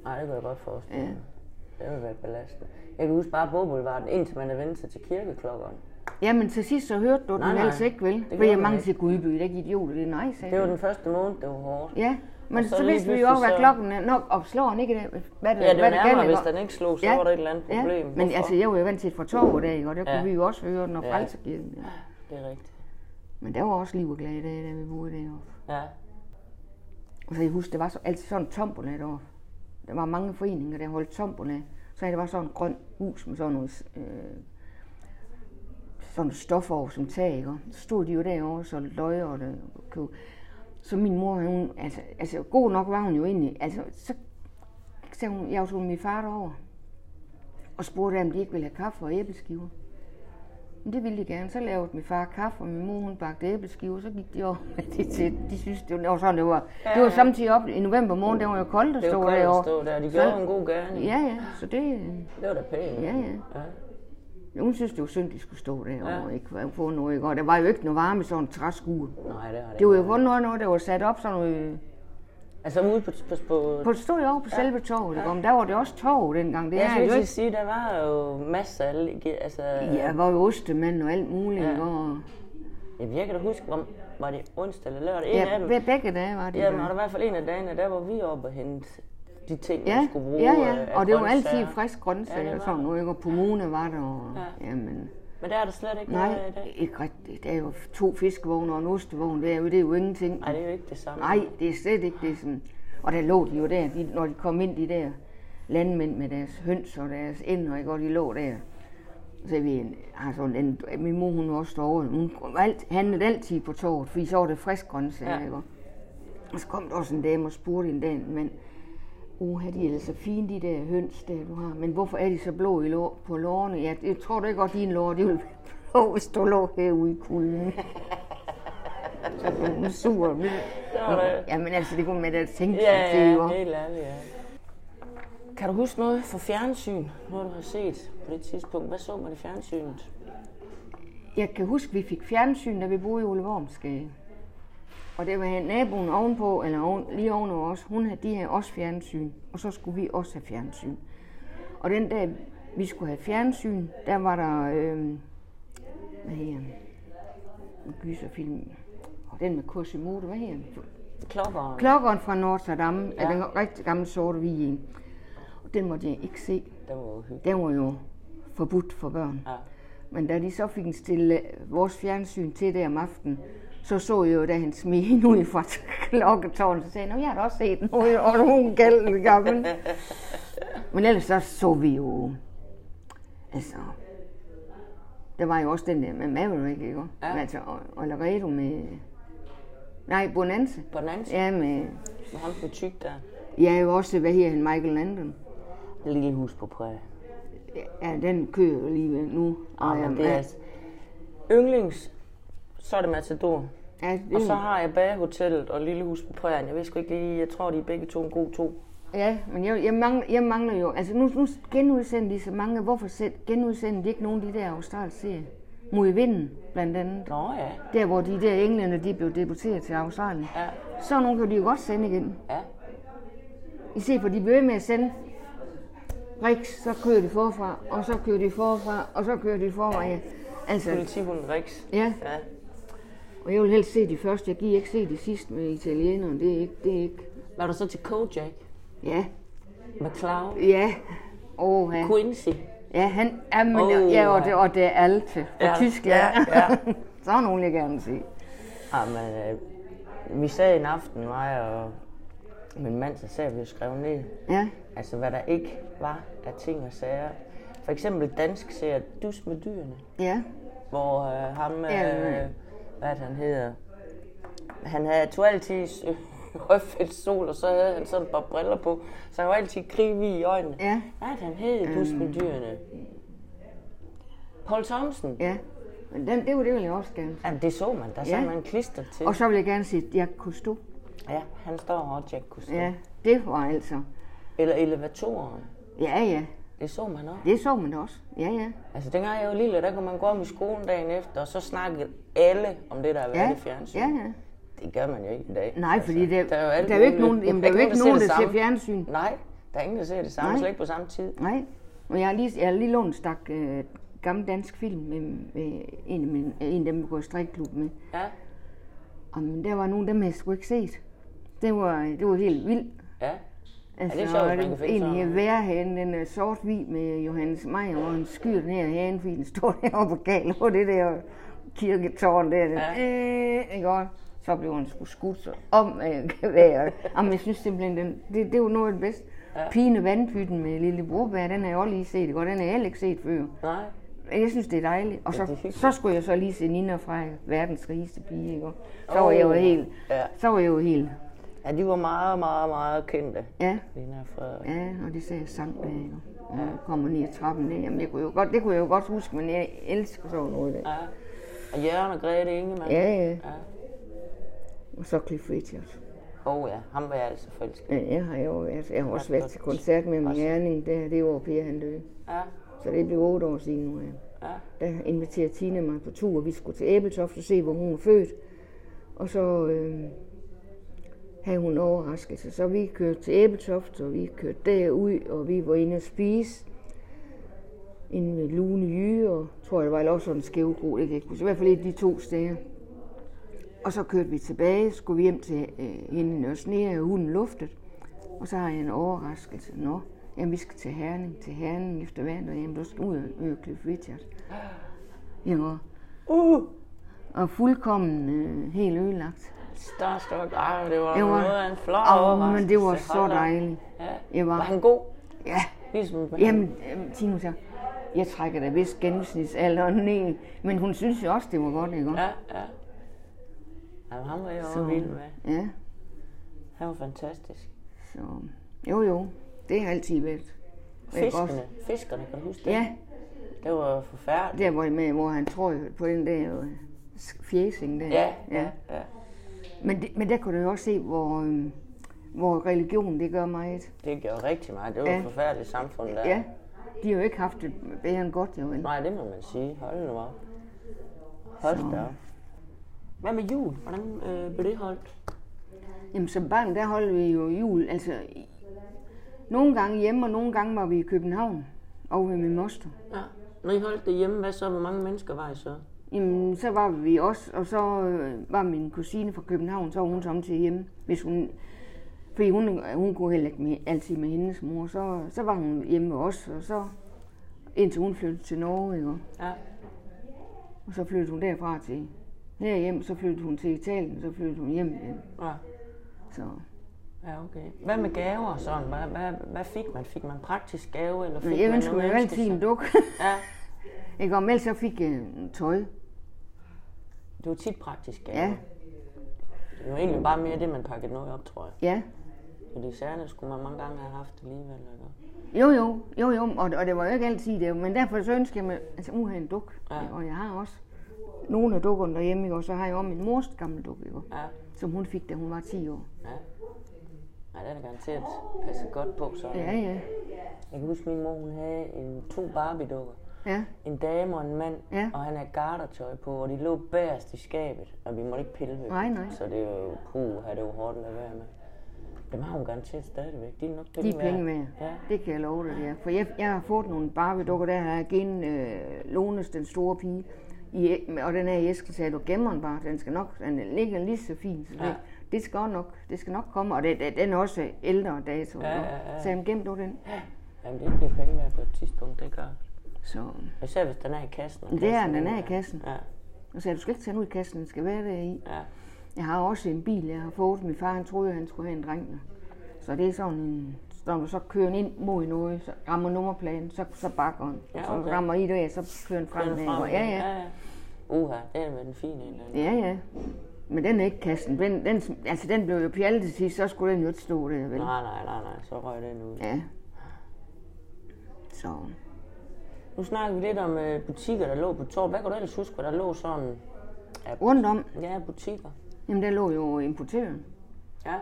[SPEAKER 1] nej, det kan jeg godt forestille
[SPEAKER 2] Ja.
[SPEAKER 1] mig. Det ville være belastende. Jeg kan huske bare Boboulevarden, indtil man er vendt sig til kirkeklokkerne.
[SPEAKER 2] ja, men til sidst så hørte du
[SPEAKER 1] Nej,
[SPEAKER 2] den
[SPEAKER 1] nej.
[SPEAKER 2] altså ikke, vel?
[SPEAKER 1] gjorde
[SPEAKER 2] For jeg
[SPEAKER 1] den
[SPEAKER 2] mange
[SPEAKER 1] ikke.
[SPEAKER 2] til Gudby, det er ikke idioter, det er nej, sagde
[SPEAKER 1] Det var
[SPEAKER 2] jeg.
[SPEAKER 1] den første måned, det var hårdt.
[SPEAKER 2] Ja, men
[SPEAKER 1] Og så
[SPEAKER 2] så, så
[SPEAKER 1] lige
[SPEAKER 2] vidste vi jo
[SPEAKER 1] pludselig
[SPEAKER 2] også, hvad
[SPEAKER 1] så-
[SPEAKER 2] klokken er. Nå, og slår den ikke, i dag? hvad det,
[SPEAKER 1] Ja, det var
[SPEAKER 2] hvad det
[SPEAKER 1] nærmere,
[SPEAKER 2] galt,
[SPEAKER 1] hvis
[SPEAKER 2] ikke?
[SPEAKER 1] den ikke slog, så var der et eller andet problem.
[SPEAKER 2] Ja, men
[SPEAKER 1] Hvorfor?
[SPEAKER 2] altså, jeg var jo vant til et fortorv i dag, og der kunne
[SPEAKER 1] Ja.
[SPEAKER 2] vi jo også høre den og
[SPEAKER 1] Ja.
[SPEAKER 2] frelserkirken. Ja.
[SPEAKER 1] Det er rigtigt.
[SPEAKER 2] Men der var også liv og glade dage, da vi boede deroppe.
[SPEAKER 1] Ja,
[SPEAKER 2] Og så Altså, jeg husker, det var så, altid sådan en tombola deroppe. Der var mange foreninger, der holdt tombola. Så der var sådan et grønt hus med sådan noget, øh, sådan noget stof over som tag, ikke? Og Så stod de jo derovre, så løg og det, køb. Så min mor, hun, altså, altså god nok var hun jo egentlig, altså, så sagde hun, jeg tog min far over og spurgte, om de ikke ville have kaffe og æbleskiver. Men det ville de gerne. Så lavede min far kaffe, og min mor hun bagte æbleskiver, så gik de over med det til. De synes, det var sådan, det var. Det var samtidig op i november måned, der var jo koldt at
[SPEAKER 1] det
[SPEAKER 2] stå
[SPEAKER 1] var godt at
[SPEAKER 2] derovre.
[SPEAKER 1] stå der. De
[SPEAKER 2] Så-
[SPEAKER 1] gjorde en god gerning.
[SPEAKER 2] Ja, ja, så det... øh,
[SPEAKER 1] Det var da pænt.
[SPEAKER 2] Ja, ja.
[SPEAKER 1] ja.
[SPEAKER 2] Hun synes, det var synd, de skulle stå derovre
[SPEAKER 1] Ja.
[SPEAKER 2] og ikke få noget. Ikke? Og der var jo ikke noget varme i sådan en træskue.
[SPEAKER 1] Nej, det har det
[SPEAKER 2] Det var jo
[SPEAKER 1] ikke.
[SPEAKER 2] kun noget, noget, der var sat op sådan noget... øh,
[SPEAKER 1] Altså ude på, på, på
[SPEAKER 2] På det stod jo over på selve torvet, ikke? Men der var det også torv dengang. Det
[SPEAKER 1] Jeg
[SPEAKER 2] er
[SPEAKER 1] skulle
[SPEAKER 2] jo
[SPEAKER 1] lige
[SPEAKER 2] ikke...
[SPEAKER 1] sige, der var jo masser af... lige- Altså,
[SPEAKER 2] Ja, der var jo ostemand og alt muligt,
[SPEAKER 1] Ja.
[SPEAKER 2] ja. og...
[SPEAKER 1] Jamen, jeg kan da huske, om, var det onsdag eller lørdag? En af
[SPEAKER 2] Ja,
[SPEAKER 1] dem,
[SPEAKER 2] be- begge dage var det.
[SPEAKER 1] ja,
[SPEAKER 2] der.
[SPEAKER 1] men der var i hvert fald en af dagene, der var vi oppe og hente de ting, man
[SPEAKER 2] ja,
[SPEAKER 1] skulle bruge.
[SPEAKER 2] ja,
[SPEAKER 1] øh,
[SPEAKER 2] ja,
[SPEAKER 1] af
[SPEAKER 2] og det var altid
[SPEAKER 1] grøntsager.
[SPEAKER 2] frisk grøntsager
[SPEAKER 1] Ja, det
[SPEAKER 2] ja,
[SPEAKER 1] var
[SPEAKER 2] og sådan noget, ikke? Og pomone var der, og...
[SPEAKER 1] Ja.
[SPEAKER 2] Ja. Jamen,
[SPEAKER 1] Men der er der slet ikke noget af i
[SPEAKER 2] nej,
[SPEAKER 1] dag.
[SPEAKER 2] ikke rigtigt. Der er jo to fiskevogne og en ostevogn derude, det er jo ingenting.
[SPEAKER 1] Nej, det er jo ikke det samme.
[SPEAKER 2] Nej, det er slet ikke det sådan. Og der lå de jo der, de, når de kom ind, de der landmænd med deres høns og deres ender, ikke? og de lå der. Så vi en- har sådan en, min mor hun var også derovre, hun kom alt, handlede altid på torvet, fordi så var det frisk grøntsager,
[SPEAKER 1] Ja.
[SPEAKER 2] ja. ikke? Og så kom der også en dame og spurgte en dag en mand, uha, de er altså fine, de der høns, der du har, men hvorfor er de så blå i lår, på lårene? Ja, jeg tror da ikke godt, dine lår, de ville være blå, hvis du lå herude i kulden. så blev hun sur. og blev-
[SPEAKER 1] Der var der,
[SPEAKER 2] Ja, men altså, det kunne man da tænke
[SPEAKER 1] ja,
[SPEAKER 2] sig til,
[SPEAKER 1] ja,
[SPEAKER 2] jo.
[SPEAKER 1] helt ærligt, ja. Kan du huske noget fra fjernsyn, noget du har set på det tidspunkt? Hvad så man i fjernsynet?
[SPEAKER 2] Jeg kan huske, vi fik fjernsyn, da vi boede i Ole Wormsgade. Og det var her naboen ovenpå, eller oven, lige oven over os, hun havde, de havde også fjernsyn. Og så skulle vi også have fjernsyn. Og den dag, vi skulle have fjernsyn, der var der, øh, hvad her, en gyserfilm, og den med Quasimodo, hvad her,
[SPEAKER 1] Klokkeren?
[SPEAKER 2] Klokkeren fra Notre Dame, ja. den rigtig gamle sorte hvide en. Og den måtte jeg ikke se.
[SPEAKER 1] det var uhyggeligt.
[SPEAKER 2] Den var jo forbudt for børn.
[SPEAKER 1] Ja.
[SPEAKER 2] Men da de så fik en stille vores fjernsyn til der om aftenen, så så jeg jo, da han smed hende ud fra klokketårnet, så sagde jeg, "Nå, jeg har da også set den, og hun gældende gammel. Men ellers så så vi jo, altså, der var jo også den der med Maverick, ikke?
[SPEAKER 1] Ja.
[SPEAKER 2] Ja. Altså, og, og Laredo med, nej, Bonanza.
[SPEAKER 1] Bonanza,
[SPEAKER 2] Ja, med,
[SPEAKER 1] med ham den tyk der.
[SPEAKER 2] ja, jo også, hvad hedder han, Michael Landon.
[SPEAKER 1] Det lille hus på prærien.
[SPEAKER 2] Ja, den kører jo lige nu.
[SPEAKER 1] Ah, men
[SPEAKER 2] Jamen,
[SPEAKER 1] det er
[SPEAKER 2] ja.
[SPEAKER 1] altså... Yndlings, så er det Matador.
[SPEAKER 2] Ja, det,
[SPEAKER 1] Og så har jeg bagehotellet og lille hus på prærien. Jeg ved sgu ikke lige, jeg tror, de er begge to en god to.
[SPEAKER 2] Ja, men jeg, jeg, mangler, jeg mangler jo... Altså, nu, nu genudsender de så mange. Hvorfor selv genudsender de ikke nogen af de der australske serier? Mod i vinden, blandt andet.
[SPEAKER 1] Nå ja,
[SPEAKER 2] Der, hvor de der englænder, de blev deporteret til Australien.
[SPEAKER 1] ja,
[SPEAKER 2] Så nogle kan de jo godt sende igen.
[SPEAKER 1] ja.
[SPEAKER 2] I stedet for, de bliver ved med at sende Rix, så kører de forfra, og så kører de forfra, og så kører de forfra. Ja. Altså,
[SPEAKER 1] Politihunden Rex.
[SPEAKER 2] ja,
[SPEAKER 1] Ja.
[SPEAKER 2] og jeg vil helst se de første. Jeg giver ikke se de sidste med italienerne. Det er ikke, det er ikke.
[SPEAKER 1] Var du så til Kojak?
[SPEAKER 2] Ja,
[SPEAKER 1] McCloud?
[SPEAKER 2] ja. Åh, ja.
[SPEAKER 1] Quincy?
[SPEAKER 2] Ja, han er men,
[SPEAKER 1] Åh,
[SPEAKER 2] oh, ja, og
[SPEAKER 1] ja.
[SPEAKER 2] det, og det er Alte
[SPEAKER 1] Ja,
[SPEAKER 2] fra ja, Tyskland.
[SPEAKER 1] ja, ja.
[SPEAKER 2] så er nogen, jeg gerne se.
[SPEAKER 1] Jamen, øh, vi sad en aften, mig og min mand, så sad vi og skrev ned,
[SPEAKER 2] Ja,
[SPEAKER 1] altså hvad der ikke var af ting og sager. For eksempel dansk ser Dus med dyrene,
[SPEAKER 2] ja,
[SPEAKER 1] hvor øh, ham,
[SPEAKER 2] Ja, ja.
[SPEAKER 1] øh, hvad er det, han hedder, han havde toaltis øh, højfældt sol, og så havde han sådan bare briller på, så han var altid krivig i øjnene.
[SPEAKER 2] ja, Øhm.
[SPEAKER 1] Hvad er det, han hed, Dus med dyrene? Paul Thomsen?
[SPEAKER 2] ja. Men den, det var det, vil jeg også gerne.
[SPEAKER 1] Jamen, det så man, der sad
[SPEAKER 2] Ja.
[SPEAKER 1] man klister til.
[SPEAKER 2] Og så vil jeg gerne se Jack Cousteau.
[SPEAKER 1] Ja, han står og Jack Cousteau.
[SPEAKER 2] Ja, det var altså.
[SPEAKER 1] Eller elevatoren.
[SPEAKER 2] Ja, ja,
[SPEAKER 1] Det så man også.
[SPEAKER 2] det så man også. Ja, ja.
[SPEAKER 1] Altså, dengang jeg var lille, der kunne man gå om i skolen dagen efter, og så snakkede alle om det, der havde
[SPEAKER 2] Ja,
[SPEAKER 1] været i fjernsyn.
[SPEAKER 2] ja, ja.
[SPEAKER 1] Det gør man jo ikke i dag. Altså,
[SPEAKER 2] Nej, fordi Altså, der, der,
[SPEAKER 1] alt
[SPEAKER 2] er jo ikke
[SPEAKER 1] muligt.
[SPEAKER 2] nogen, jamen, der, er jo ikke
[SPEAKER 1] ser
[SPEAKER 2] nogen,
[SPEAKER 1] det
[SPEAKER 2] der ser
[SPEAKER 1] samme.
[SPEAKER 2] fjernsyn.
[SPEAKER 1] Nej, der er ingen, der ser det samme,
[SPEAKER 2] Nej.
[SPEAKER 1] slet ikke på samme tid.
[SPEAKER 2] Nej, men jeg har lige, jeg har lige lånt en stak øh, gammel dansk film med, med en, af mine, en af dem, jeg går i strikklub med.
[SPEAKER 1] Ja,
[SPEAKER 2] Jamen, der var nogle af dem, jeg sgu ikke set. Det var, det var helt vildt.
[SPEAKER 1] ja.
[SPEAKER 2] Altså,
[SPEAKER 1] det er sjovt,
[SPEAKER 2] og
[SPEAKER 1] man kan finde sådan
[SPEAKER 2] Egentlig
[SPEAKER 1] noget.
[SPEAKER 2] værhagen, den er sort hvid med Johannes Meyer, hvor han skyder den her hagen, fordi den står deroppe på galt på det der kirketårn der.
[SPEAKER 1] Ja.
[SPEAKER 2] Ja. Øh, ikke også? Så blev han sgu skudt så om øh, geværet. Jamen, jeg synes simpelthen, den, det, det var noget af det bedste.
[SPEAKER 1] Ja.
[SPEAKER 2] Ja. Pine vandpytten med Lille Broberg, den har jeg også lige set, ikke? og den har jeg heller ikke set før.
[SPEAKER 1] Nej.
[SPEAKER 2] Jeg synes, det er dejligt. Og
[SPEAKER 1] Ja, det er
[SPEAKER 2] så,
[SPEAKER 1] hyggeligt.
[SPEAKER 2] så skulle jeg så lige se Nina fra verdens rigeste pige, ikke? Og Så var jeg jo
[SPEAKER 1] Åh,
[SPEAKER 2] helt,
[SPEAKER 1] Ja.
[SPEAKER 2] så var jeg jo helt,
[SPEAKER 1] ja, de var meget, meget, meget kendte.
[SPEAKER 2] ja.
[SPEAKER 1] Lina fra...
[SPEAKER 2] Ja, og det sagde jeg sang med, ikke? Og jeg kommer ned ad trappen ned. Jamen, jeg kunne jo godt, det kunne jeg jo godt huske, men jeg elsker sådan noget. Der.
[SPEAKER 1] Ja. Og Jørgen og Grete Ingemann.
[SPEAKER 2] Ja, ja.
[SPEAKER 1] Ja.
[SPEAKER 2] Og så Cliff Richard.
[SPEAKER 1] Åh oh, ja, ham var jeg altså forelsket.
[SPEAKER 2] Ja, jeg har jo været, jeg har også været til
[SPEAKER 1] godt.
[SPEAKER 2] koncert med min
[SPEAKER 1] Også.
[SPEAKER 2] herning, der, det var Per han døde.
[SPEAKER 1] Ja,
[SPEAKER 2] Så det blev otte år siden nu, ja.
[SPEAKER 1] ja.
[SPEAKER 2] Der inviterede Tina mig på tur, og vi skulle til Æbeltoft og se, hvor hun var født. Og så øh, havde hun en overraskelse. Så vi kørte til Æbeltoft, og vi kørte derud, og vi var inde og spise. Inde ved Lune Jyge, og tror jeg, det var eller også sådan en skævgro, det kan jeg ikke huske. I hvert fald et af de to steder. Og så kørte vi tilbage, skulle vi hjem til øh, hende og sne, og hunden luftet. Og så har jeg en overraskelse. Nå, jamen vi skal til Herning, til Herning efter vand, og jamen du skal ud og øge Cliff Richard. Ja,
[SPEAKER 1] Uh!
[SPEAKER 2] og fuldkommen øh, helt ødelagt.
[SPEAKER 1] Starstruck, ej, det var,
[SPEAKER 2] Det var-
[SPEAKER 1] noget af en flot
[SPEAKER 2] Åh, men det var
[SPEAKER 1] overraskelse.
[SPEAKER 2] så
[SPEAKER 1] Hold da.
[SPEAKER 2] dejligt.
[SPEAKER 1] Ja.
[SPEAKER 2] Jeg
[SPEAKER 1] Var
[SPEAKER 2] var,
[SPEAKER 1] han god?
[SPEAKER 2] ja,
[SPEAKER 1] Ligesom med
[SPEAKER 2] jamen, øh, Tino sagde, jeg trækker da vist gennemsnitsalderen ned, men hun synes jo også, det var godt, ikke?
[SPEAKER 1] Ja, ja. Jamen, ham var jeg også vild med.
[SPEAKER 2] ja,
[SPEAKER 1] Han var fantastisk.
[SPEAKER 2] så jo jo, det har altid været. Men jeg kan
[SPEAKER 1] Fiskerne, fiskerne, kan du huske det?
[SPEAKER 2] Ja,
[SPEAKER 1] Det var forfærdeligt.
[SPEAKER 2] der hvor, med, hvor han tror jo på den der øh, fjæsing der.
[SPEAKER 1] Ja, ja, ja.
[SPEAKER 2] Men, det, men der kunne du jo også se, hvor, øh, hvor religion det gør meget.
[SPEAKER 1] Det gjorde rigtig meget. Det var
[SPEAKER 2] Ja.
[SPEAKER 1] et forfærdeligt samfund der.
[SPEAKER 2] Ja. ja. De har jo ikke haft det bedre end godt, jo. vel?
[SPEAKER 1] Nej, det må man sige. Hold nu op. Hold da op. Hvad med jul? Hvordan øh, blev det holdt?
[SPEAKER 2] Jamen som barn, der holdt vi jo jul, altså i- nogle gange hjemme, og nogle gange var vi i København og ved min moster.
[SPEAKER 1] Ja. Når I holdt det hjemme, hvad så? Hvor mange mennesker var I så?
[SPEAKER 2] Jamen, så var vi også, og så øh, var min kusine fra København, så var hun samtidig hjemme, hvis hun... Fordi hun, hun kunne heller ikke med, altid med hendes mor, så, så var hun hjemme med os, og så indtil hun flyttede til Norge, ikke?
[SPEAKER 1] Ja.
[SPEAKER 2] Og så flyttede hun derfra til herhjem, så flyttede hun til Italien, så flyttede hun hjem igen.
[SPEAKER 1] Ja.
[SPEAKER 2] Så
[SPEAKER 1] Ja, okay. Hvad med gaver sådan? Hvad, hvad, hvad fik man? Fik man praktisk gave, eller fik
[SPEAKER 2] jeg
[SPEAKER 1] man
[SPEAKER 2] ønskede mig jo
[SPEAKER 1] noget ønske
[SPEAKER 2] altid en
[SPEAKER 1] sig?
[SPEAKER 2] duk.
[SPEAKER 1] Ja,
[SPEAKER 2] Ikke om ellers så fik jeg øh, tøj.
[SPEAKER 1] det var tit praktisk gave.
[SPEAKER 2] Ja,
[SPEAKER 1] Det var egentlig bare mere det, man pakkede noget op, tror jeg.
[SPEAKER 2] ja.
[SPEAKER 1] Fordi særligt skulle man mange gange have haft det alligevel. Ikke?
[SPEAKER 2] Jo, jo, jo, jo, og, og det var jo ikke altid det, men derfor så ønsker jeg mig, altså nu har jeg en duk,
[SPEAKER 1] Ja.
[SPEAKER 2] ja. og jeg har også nogle af dukkerne derhjemme, ikke? og så har jeg også min mors gamle duk, ikke?
[SPEAKER 1] Ja,
[SPEAKER 2] som hun fik, da hun var 10 år.
[SPEAKER 1] ja. Ja, det er da garanteret passet godt på, så.
[SPEAKER 2] Ja, ja,
[SPEAKER 1] Jeg kan huske, min mor, hun havde en, to Barbie-dukker.
[SPEAKER 2] ja,
[SPEAKER 1] En dame og en mand,
[SPEAKER 2] Ja.
[SPEAKER 1] og han havde gartertøj på, og de lå bagerst i skabet, og vi måtte ikke pille ved dem.
[SPEAKER 2] Nej, nej.
[SPEAKER 1] Så det er jo, puh, det er jo hårdt at lade være med. Dem har hun garanteret stadigvæk. De er nok
[SPEAKER 2] de
[SPEAKER 1] penge
[SPEAKER 2] er penge med.
[SPEAKER 1] Ja.
[SPEAKER 2] Det kan jeg love dig, det er. For jeg, jeg har fået nogle Barbie-dukker, der har jeg gen øh, Lones, den store pige, i, og den her i æsken, sagde, du gemmer den bare, den skal nok, den ligger lige så fint. Så
[SPEAKER 1] Ja.
[SPEAKER 2] det, det skal også nok, det skal nok komme, og det, det, den er også ældre dato.
[SPEAKER 1] Ja,
[SPEAKER 2] ikke?
[SPEAKER 1] ja, ja.
[SPEAKER 2] Så jamen, gem du den.
[SPEAKER 1] Jamen, det bliver penge værd på et tidspunkt, det gør.
[SPEAKER 2] Så,
[SPEAKER 1] Og Især hvis den er i kassen. og
[SPEAKER 2] det er,
[SPEAKER 1] kassen
[SPEAKER 2] den er i kassen.
[SPEAKER 1] Ja,
[SPEAKER 2] Og sagde, du skal ikke tage den ud i kassen, den skal være der i.
[SPEAKER 1] ja.
[SPEAKER 2] Jeg har også en bil, jeg har fået. Min far han troede, han skulle have en dreng. med. Så det er sådan en... så Når du så kører den ind mod noget, så rammer nummerpladen, så, så bakker den.
[SPEAKER 1] Ja,
[SPEAKER 2] Ja, okay.
[SPEAKER 1] okay.
[SPEAKER 2] Så rammer I det, så kører den
[SPEAKER 1] Den
[SPEAKER 2] frem.
[SPEAKER 1] er
[SPEAKER 2] Den
[SPEAKER 1] fremme.
[SPEAKER 2] ja, ja,
[SPEAKER 1] ja. Uha, det er med den fine en. den.
[SPEAKER 2] ja, ja. Men den er ikke kassen. Den, den, sm- altså, den blev jo pjaltet til sidst, så skulle den jo ikke stå der, vel?
[SPEAKER 1] Nej, nej, nej, nej, så røg den ud.
[SPEAKER 2] Ja. Så.
[SPEAKER 1] Nu snakker vi lidt om øh, butikker, der lå på torvet. Hvad kan du ellers huske, hvor der lå sådan... Ja, bu-
[SPEAKER 2] Rundt om,
[SPEAKER 1] ja butikker.
[SPEAKER 2] jamen der lå jo importøren.
[SPEAKER 1] Ja.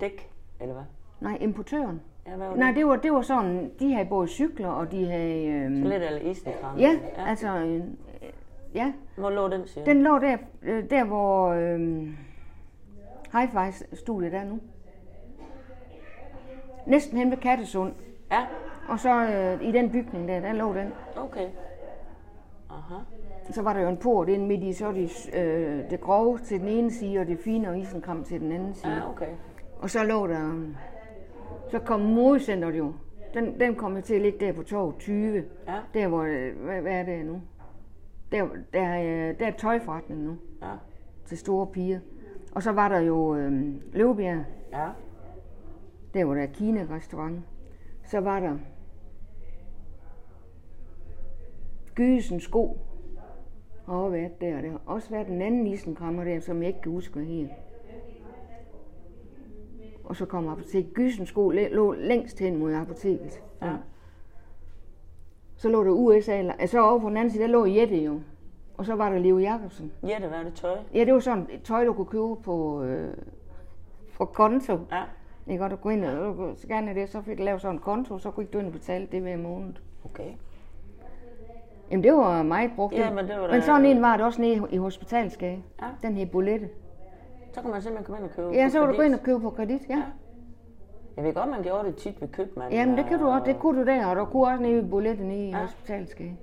[SPEAKER 1] Dæk, eller hvad?
[SPEAKER 2] Nej, importøren.
[SPEAKER 1] Ja, hvad var
[SPEAKER 2] Nej,
[SPEAKER 1] det?
[SPEAKER 2] det var, det var sådan, de havde både cykler, og de havde... Øhm,
[SPEAKER 1] Lidt eller isenkram.
[SPEAKER 2] ja, altså... Øh, ja,
[SPEAKER 1] Hvor lå den, siger
[SPEAKER 2] Den lå der, øh, der hvor øh, Hi-Fi-studiet er nu. Næsten hen ved Kattesund.
[SPEAKER 1] Ja,
[SPEAKER 2] Og så øh, i den bygning der, der lå den.
[SPEAKER 1] okay. Aha.
[SPEAKER 2] Så var der jo en port inde midt i, så var det, øh, det grove til den ene side, og det fine og isenkram til den anden side.
[SPEAKER 1] Ja, okay.
[SPEAKER 2] Og så lå der, øh, så kom modcenteret jo. Den, den kom jo til at ligge der på torv 20.
[SPEAKER 1] Ja,
[SPEAKER 2] Der hvor, øh, hvad, hvad er det nu? Der, der, øh, der er tøjforretningen nu.
[SPEAKER 1] ja,
[SPEAKER 2] til store piger. Og så var der jo øh, Løvbjerg,
[SPEAKER 1] ja.
[SPEAKER 2] der hvor der er Kina-restaurant. Så var der Gysen sko. Og har været der. Der har også været en anden isenkrammer der, som jeg ikke kan huske hvad her. Og så kom apoteket. Gysen sko læ- lå længst hen mod apoteket.
[SPEAKER 1] Ja.
[SPEAKER 2] Så lå der USA, eller, altså over på den anden side, der lå Jette jo. Og så var der Leo Jacobsen.
[SPEAKER 1] Jette, hvad er det tøj?
[SPEAKER 2] Ja, det var sådan et tøj, du kunne købe på, øh, på konto.
[SPEAKER 1] Ja.
[SPEAKER 2] Ikke? Og du kunne ind og du scanne det, så fik du lavet sådan en konto, så kunne ikke du ind og betale det hver måned.
[SPEAKER 1] Okay.
[SPEAKER 2] Jamen, det var meget brugt.
[SPEAKER 1] Ja, men det var da-
[SPEAKER 2] men sådan en var det også nede i hospitalskage.
[SPEAKER 1] Ja.
[SPEAKER 2] Den her bolette.
[SPEAKER 1] Så kan man simpelthen komme ind og købe
[SPEAKER 2] Ja,
[SPEAKER 1] på
[SPEAKER 2] så kunne du gå
[SPEAKER 1] kredit.
[SPEAKER 2] ind og købe på kredit, ja.
[SPEAKER 1] Jeg ved godt, man gjorde det tit ved købmanden.
[SPEAKER 2] Jamen, det kan du
[SPEAKER 1] og-
[SPEAKER 2] også. Det kunne du der, og du kunne også nede i bolette nede i ja. hospitalskage.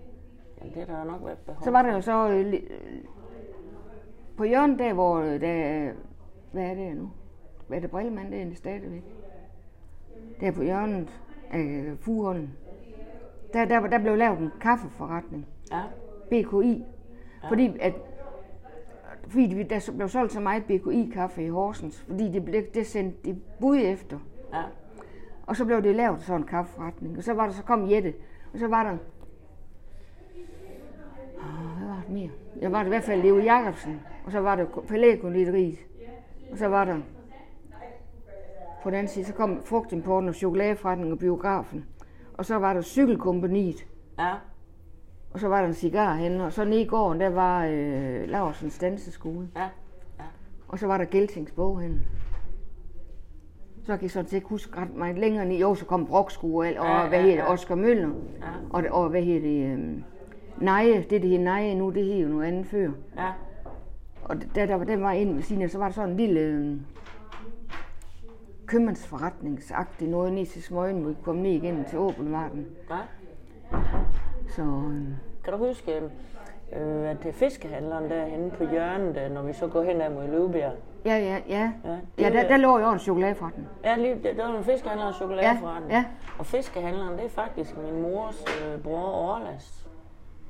[SPEAKER 1] Jamen, det er der nok været behov.
[SPEAKER 2] Så var der jo så... Øh, li- øh, på hjørnet der, hvor øh, der... er- Hvad er det nu? Hvad er det brillemand der er det stadigvæk? Der på hjørnet af Fugholden. Der, der, der blev lavet en kaffeforretning.
[SPEAKER 1] Ja,
[SPEAKER 2] BKI. Fordi at fordi vi- der så- blev solgt så meget BKI-kaffe i Horsens, fordi det, blev, det sendte de bud efter.
[SPEAKER 1] ja,
[SPEAKER 2] Og så blev det lavet sådan en kaffeforretning. Og så var der, så kom Jette. Og så var der... Åh, Hvad var det mere? Jeg var det i hvert fald Leo Jacobsen. Og så var der palækonditeriet. Og så var der... På den anden side, så kom frugtimporten og chokoladeforretningen og biografen. Og så var der cykelkompaniet.
[SPEAKER 1] ja.
[SPEAKER 2] Og så var der en cigarhandler. Og så nede i gården, der var øh, Laursens danseskole.
[SPEAKER 1] Ja.
[SPEAKER 2] Og så var der Geltings boghandel. Så kan jeg sådan set ikke huske ret meget længere ned. Jo, så kom Brokskue og, alt, og
[SPEAKER 1] Ja, ja,
[SPEAKER 2] hvad hedder
[SPEAKER 1] ja.
[SPEAKER 2] det, Oscar Møller.
[SPEAKER 1] Ja.
[SPEAKER 2] Og, og hvad hedder det, øhm, Neje, det det hedder Neje nu, det hedder jo noget andet før.
[SPEAKER 1] Ja.
[SPEAKER 2] Og da der var den var ind ved siden af, så var der sådan en lille øhm, købmandsforretningsagtig noget ned til Smøgen, hvor vi kom ned igen til Åbelmarken.
[SPEAKER 1] Ja.
[SPEAKER 2] Så øhm,
[SPEAKER 1] Kan du huske, øh, at det er fiskehandleren derhenne på hjørnet, øh, når vi så går hen ad mod Løvebjerg?
[SPEAKER 2] ja, ja, ja.
[SPEAKER 1] Ja, det
[SPEAKER 2] Ja,
[SPEAKER 1] er-
[SPEAKER 2] der, der lå jo en chokoladeforretning.
[SPEAKER 1] Ja, lige, det, det var en fiskehandler og chokoladeforretning.
[SPEAKER 2] Ja, ja.
[SPEAKER 1] Og fiskehandleren, det er faktisk min mors øh, bror Orlas.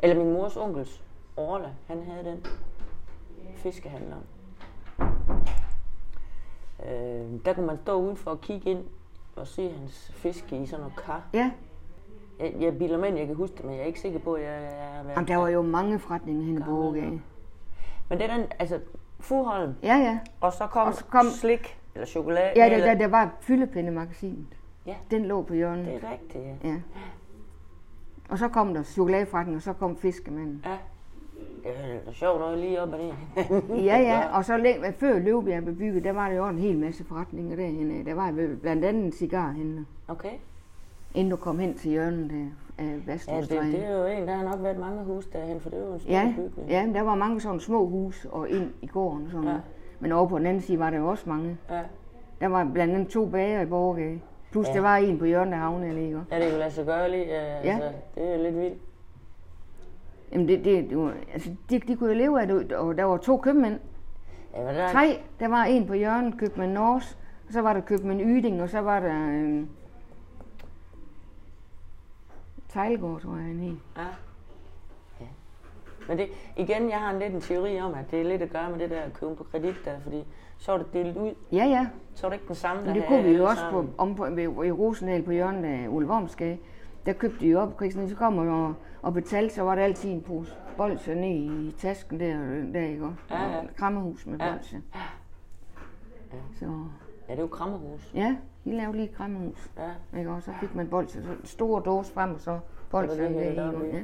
[SPEAKER 1] Eller min mors onkels Orla, han havde den. Fiskehandleren. Øh, der kunne man stå udenfor og kigge ind og se hans fiske i sådan nogle kar.
[SPEAKER 2] Ja,
[SPEAKER 1] Jeg, jeg bilder mig ind, jeg kan huske det, men jeg er ikke sikker på, at jeg, jeg har været...
[SPEAKER 2] Jamen, der var jo mange forretninger henne på Ågade.
[SPEAKER 1] Men det er den, altså, Fuholm,
[SPEAKER 2] Ja, ja.
[SPEAKER 1] og så kom,
[SPEAKER 2] Og så kom-
[SPEAKER 1] slik, eller chokolade,
[SPEAKER 2] Ja, der,
[SPEAKER 1] eller,
[SPEAKER 2] der, der var fyldepindemagasinet.
[SPEAKER 1] Ja.
[SPEAKER 2] Den lå på hjørnet.
[SPEAKER 1] det er rigtigt, ja.
[SPEAKER 2] Ja. Og så kom der chokoladeforretning, og så kom fiskemanden.
[SPEAKER 1] ja. Det er sjovt noget lige op ad det.
[SPEAKER 2] Ja, ja, og så læ- før Løvbjerg blev bygget, der var der jo en hel masse forretninger derhen. Der var blandt andet en cigarhandler,
[SPEAKER 1] Okay.
[SPEAKER 2] inden du kom hen til hjørnet af, af
[SPEAKER 1] Ja, det, det,
[SPEAKER 2] Vastlundstræen.
[SPEAKER 1] er jo en, der har nok været mange hus derhen, for det er jo en stor
[SPEAKER 2] Ja,
[SPEAKER 1] bygning.
[SPEAKER 2] ja, men der var mange sådan små huse og ind i gården og sådan
[SPEAKER 1] Ja.
[SPEAKER 2] noget. Men over på den anden side var der jo også mange.
[SPEAKER 1] ja.
[SPEAKER 2] Der var blandt andet to bager i Borgade. Plus
[SPEAKER 1] Ja.
[SPEAKER 2] der var en på hjørnet af havnen, ikke?
[SPEAKER 1] Ja, det kan lade sig gøre lige. Øh,
[SPEAKER 2] Ja.
[SPEAKER 1] altså, det er lidt vildt.
[SPEAKER 2] Jamen det, det, det var, altså, de, de kunne jo leve af det, og der var to købmænd.
[SPEAKER 1] Ja, men der, er-
[SPEAKER 2] Tre, der var en på hjørnet, købmand Nors, og så var der købmand Yding, og så var der... Øh, Tejlgaard, tror jeg, han hed.
[SPEAKER 1] Ja. Ah. ja. Men det, igen, jeg har en lidt en teori om, at det er lidt at gøre med det der at købe på kredit der, fordi så er det delt ud,
[SPEAKER 2] Ja, ja,
[SPEAKER 1] så er det ikke den samme, der
[SPEAKER 2] men det
[SPEAKER 1] havde
[SPEAKER 2] kunne vi
[SPEAKER 1] alle
[SPEAKER 2] jo også på,
[SPEAKER 1] sammen.
[SPEAKER 2] om på, ved- i Rosendal på hjørnet af Ole Wormsgade. Der købte de jo op, Christen, så kom man og, og betalte, så var der altid en pose bolse ned i tasken der, øh, der ikke også?
[SPEAKER 1] Ja, ja.
[SPEAKER 2] Og et Krammerhus med
[SPEAKER 1] Ja.
[SPEAKER 2] bolse. Så,
[SPEAKER 1] Ja, det er jo krammerhus.
[SPEAKER 2] ja, de lavede lige et krammerhus.
[SPEAKER 1] Ja.
[SPEAKER 2] Ikke? Og så fik man bolse, så en stor dåse frem, og så bolse
[SPEAKER 1] det,
[SPEAKER 2] i
[SPEAKER 1] det,
[SPEAKER 2] det
[SPEAKER 1] der
[SPEAKER 2] hele. Ja.
[SPEAKER 1] ja.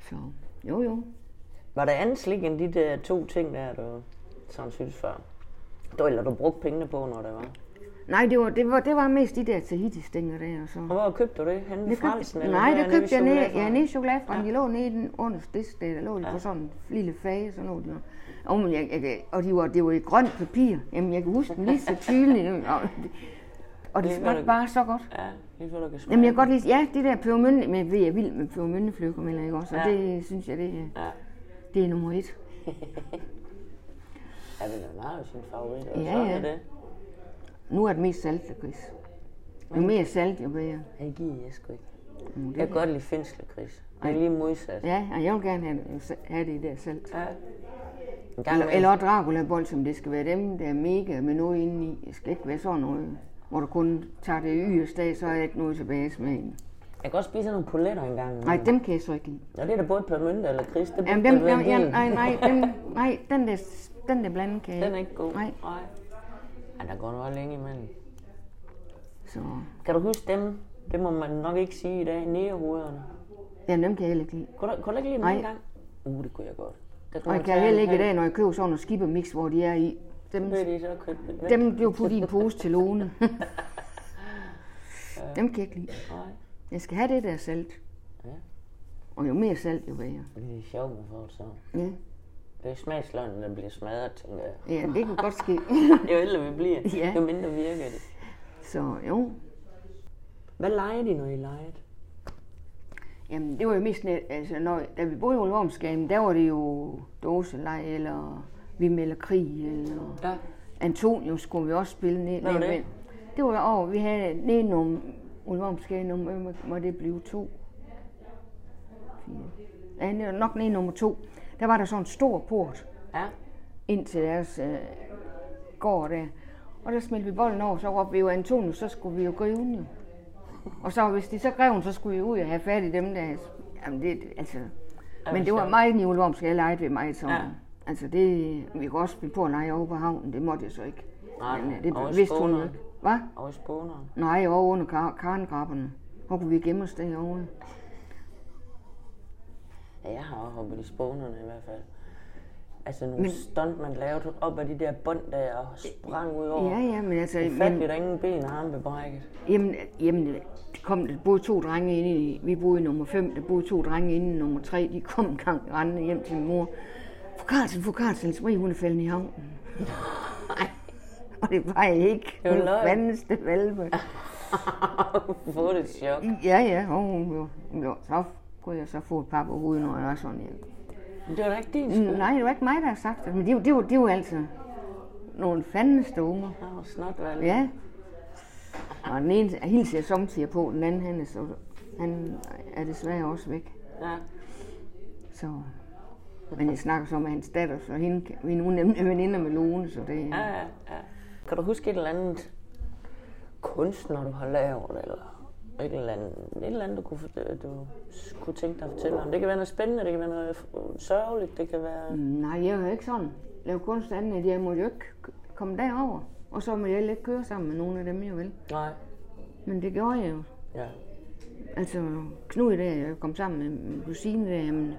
[SPEAKER 2] Så jo jo.
[SPEAKER 1] Var der andet slik end de der to ting der, du sådan synes før? Du, eller du brugte pengene på, når det var.
[SPEAKER 2] Nej, det var, det var, det var mest de der tahiti-stænger der. Og så.
[SPEAKER 1] Og hvor købte du det? Henne ved
[SPEAKER 2] Det
[SPEAKER 1] Fransen?
[SPEAKER 2] købte,
[SPEAKER 1] eller
[SPEAKER 2] nej,
[SPEAKER 1] dernede
[SPEAKER 2] det
[SPEAKER 1] ved
[SPEAKER 2] købte jeg ned, ja,
[SPEAKER 1] chokoladefabrikken?
[SPEAKER 2] ned i chokoladefranken. De lå nede i den underste disk, der, der lå de på sådan en lille fage, så lå de. Og, men jeg, jeg, og de var, det var i grønt papir. Jamen, jeg kan huske dem lige så tydeligt. Jamen, Og, og det
[SPEAKER 1] Det var
[SPEAKER 2] smagte
[SPEAKER 1] det-
[SPEAKER 2] bare så godt.
[SPEAKER 1] Ja, lige før du kan smage.
[SPEAKER 2] Jamen, jeg kan godt lide, ja, det der pebermynde, men jeg ved, jeg er vild med pebermyndefløkker, men ikke også, og
[SPEAKER 1] Ja.
[SPEAKER 2] det synes jeg, det, er-
[SPEAKER 1] Ja.
[SPEAKER 2] det er nummer et.
[SPEAKER 1] Ja, men den var jo sin favorit. Og
[SPEAKER 2] Ja,
[SPEAKER 1] sådan
[SPEAKER 2] ja.
[SPEAKER 1] er det.
[SPEAKER 2] Nu er det mest saltlakrids. Jo mere salt, jo bedre.
[SPEAKER 1] Han giver jeg sgu ikke.
[SPEAKER 2] Mm, det
[SPEAKER 1] Jeg kan godt lide finsk lakrids. Det er lige modsat.
[SPEAKER 2] Ja, og jeg vil gerne have det, have det der salt.
[SPEAKER 1] Ja. En gang
[SPEAKER 2] Eller,
[SPEAKER 1] imellem-
[SPEAKER 2] eller også Dracula-bold, som det skal være dem, der er mega med noget indeni. Det skal ikke være sådan noget, hvor du kun tager det yderste af, så er der ikke noget tilbage i smagen.
[SPEAKER 1] Jeg kan også spise nogle poletter en gang.
[SPEAKER 2] Nej, dem kan jeg så ikke lide.
[SPEAKER 1] Ja, det er da både permynte eller kris. Det
[SPEAKER 2] Jamen,
[SPEAKER 1] burde
[SPEAKER 2] dem,
[SPEAKER 1] vel være
[SPEAKER 2] dem, ja,
[SPEAKER 1] din.
[SPEAKER 2] nej, nej, dem, nej, den der, den der blande kan jeg
[SPEAKER 1] Den er
[SPEAKER 2] ikke.
[SPEAKER 1] ikke god.
[SPEAKER 2] Nej.
[SPEAKER 1] Nej. Ja, der går nok længe imellem.
[SPEAKER 2] Så,
[SPEAKER 1] Kan du huske dem? Det må man nok ikke sige i dag. Nærehovederne.
[SPEAKER 2] ja, dem kan jeg heller ikke lide.
[SPEAKER 1] Kunne du, kunne du ikke lide
[SPEAKER 2] Nej.
[SPEAKER 1] dem en gang? Uh, det kunne jeg godt. Der kunne
[SPEAKER 2] Og
[SPEAKER 1] man
[SPEAKER 2] jeg kan
[SPEAKER 1] tage
[SPEAKER 2] heller
[SPEAKER 1] en
[SPEAKER 2] ikke i
[SPEAKER 1] halv.
[SPEAKER 2] dag, når jeg køber sådan nogle skibbermix, hvor de er i. Dem,
[SPEAKER 1] Så er de så købt lidt væk.
[SPEAKER 2] dem blev puttet i en pose til låne. dem kan jeg ikke lide.
[SPEAKER 1] Nej.
[SPEAKER 2] Jeg skal have det der salt.
[SPEAKER 1] Ja.
[SPEAKER 2] Og jo mere salt, jo bedre.
[SPEAKER 1] Det er sjovt, man får det sådan.
[SPEAKER 2] Ja,
[SPEAKER 1] Det er smagsløgnen, der bliver smadret, tænker jeg.
[SPEAKER 2] ja det kan godt ske.
[SPEAKER 1] Jo ældre vi bliver,
[SPEAKER 2] Ja.
[SPEAKER 1] jo mindre virker det.
[SPEAKER 2] Så jo,
[SPEAKER 1] Hvad leger de, når I leger?
[SPEAKER 2] Jamen, det var jo mest, net- altså, når, da vi boede i Ulvormskagen, der var det jo dåselej, eller vi melder krig, eller
[SPEAKER 1] Ja.
[SPEAKER 2] Antonio skulle vi også spille ned.
[SPEAKER 1] Hvad var
[SPEAKER 2] ned-
[SPEAKER 1] det?
[SPEAKER 2] Det var over, vi havde ned nogle Ulvormskagen, nummer, hvad må- må det blive to? Fire. Ja, det var nok ned nummer to. Der var der sådan en stor port
[SPEAKER 1] Ja.
[SPEAKER 2] ind til deres øh, gård der. Og der smeldte vi bolden over, så råbte vi jo Antonius, så skulle vi jo gå i union. Og så hvis de så grev den, så skulle vi ud og have fat i dem der. Jamen det, altså... Men det var
[SPEAKER 1] sjovt.
[SPEAKER 2] meget nivelomsk, jeg legede ved mig som...
[SPEAKER 1] Ja.
[SPEAKER 2] Ja. Altså det, vi kunne også spille på at lege over på havnen, det måtte jeg så ikke.
[SPEAKER 1] Nej,
[SPEAKER 2] Men, øh, det
[SPEAKER 1] over i
[SPEAKER 2] vidste hun jo
[SPEAKER 1] Skåne.
[SPEAKER 2] ikke. Hvad?
[SPEAKER 1] Og i spåneren.
[SPEAKER 2] Nej, over under kar- karngrabberne. Hvor kunne vi gemme os derovre?
[SPEAKER 1] Ja, jeg har også hoppet i spånerne i hvert fald. Altså nogle stunt, man lavede op af de der bånd der og sprang ud over.
[SPEAKER 2] Ja, ja, men altså...
[SPEAKER 1] Det
[SPEAKER 2] Men,
[SPEAKER 1] fandt vi der ingen ben og arme bebrækket.
[SPEAKER 2] Jamen, jamen der kom, der boede to drenge inde i, vi boede i nummer 5, der boede to drenge inde i nummer 3, de kom en gang rendende hjem til min mor. Fru Carlsen, fru Carlsen, Marie, hun er faldet i havnen. Nej, og det var jeg ikke.
[SPEAKER 1] Det var
[SPEAKER 2] Hun
[SPEAKER 1] løgn.
[SPEAKER 2] fandeste valpe.
[SPEAKER 1] Få det chok.
[SPEAKER 2] Ja, ja, og hun blev, hun blev, så kunne jeg så få et par på hovedet, når jeg var sådan her.
[SPEAKER 1] Men det var da ikke din skyld.
[SPEAKER 2] Mm, Nej, det var ikke mig, der har sagt det, men det, var- det, var, det var altså nogle fandeste unger.
[SPEAKER 1] Jeg var snot valgt.
[SPEAKER 2] Ja. Og den ene hilser jeg samtidig på, den anden han er så Han er desværre også væk.
[SPEAKER 1] Ja.
[SPEAKER 2] Så, men jeg snakker så med hans datter, så hende, kan- hende hun er nemlig veninder med Lone, så det
[SPEAKER 1] Ja, ja, ja. Kan du huske et eller andet kunstner, du har lavet, eller et eller andet, et eller andet du, kunne, fort- du kunne tænke dig at fortælle om? Det kan være noget spændende, det kan være noget sørgeligt, det kan være...
[SPEAKER 2] Nej, jeg er jo ikke sådan. Lave kunst andet, end at jeg må jo ikke komme derover. Og så må jeg ikke køre sammen med nogen af dem, jeg vil.
[SPEAKER 1] Nej.
[SPEAKER 2] Men det gjorde jeg jo.
[SPEAKER 1] Ja.
[SPEAKER 2] Altså, Knud der, jeg kom sammen med min kusine der, jamen,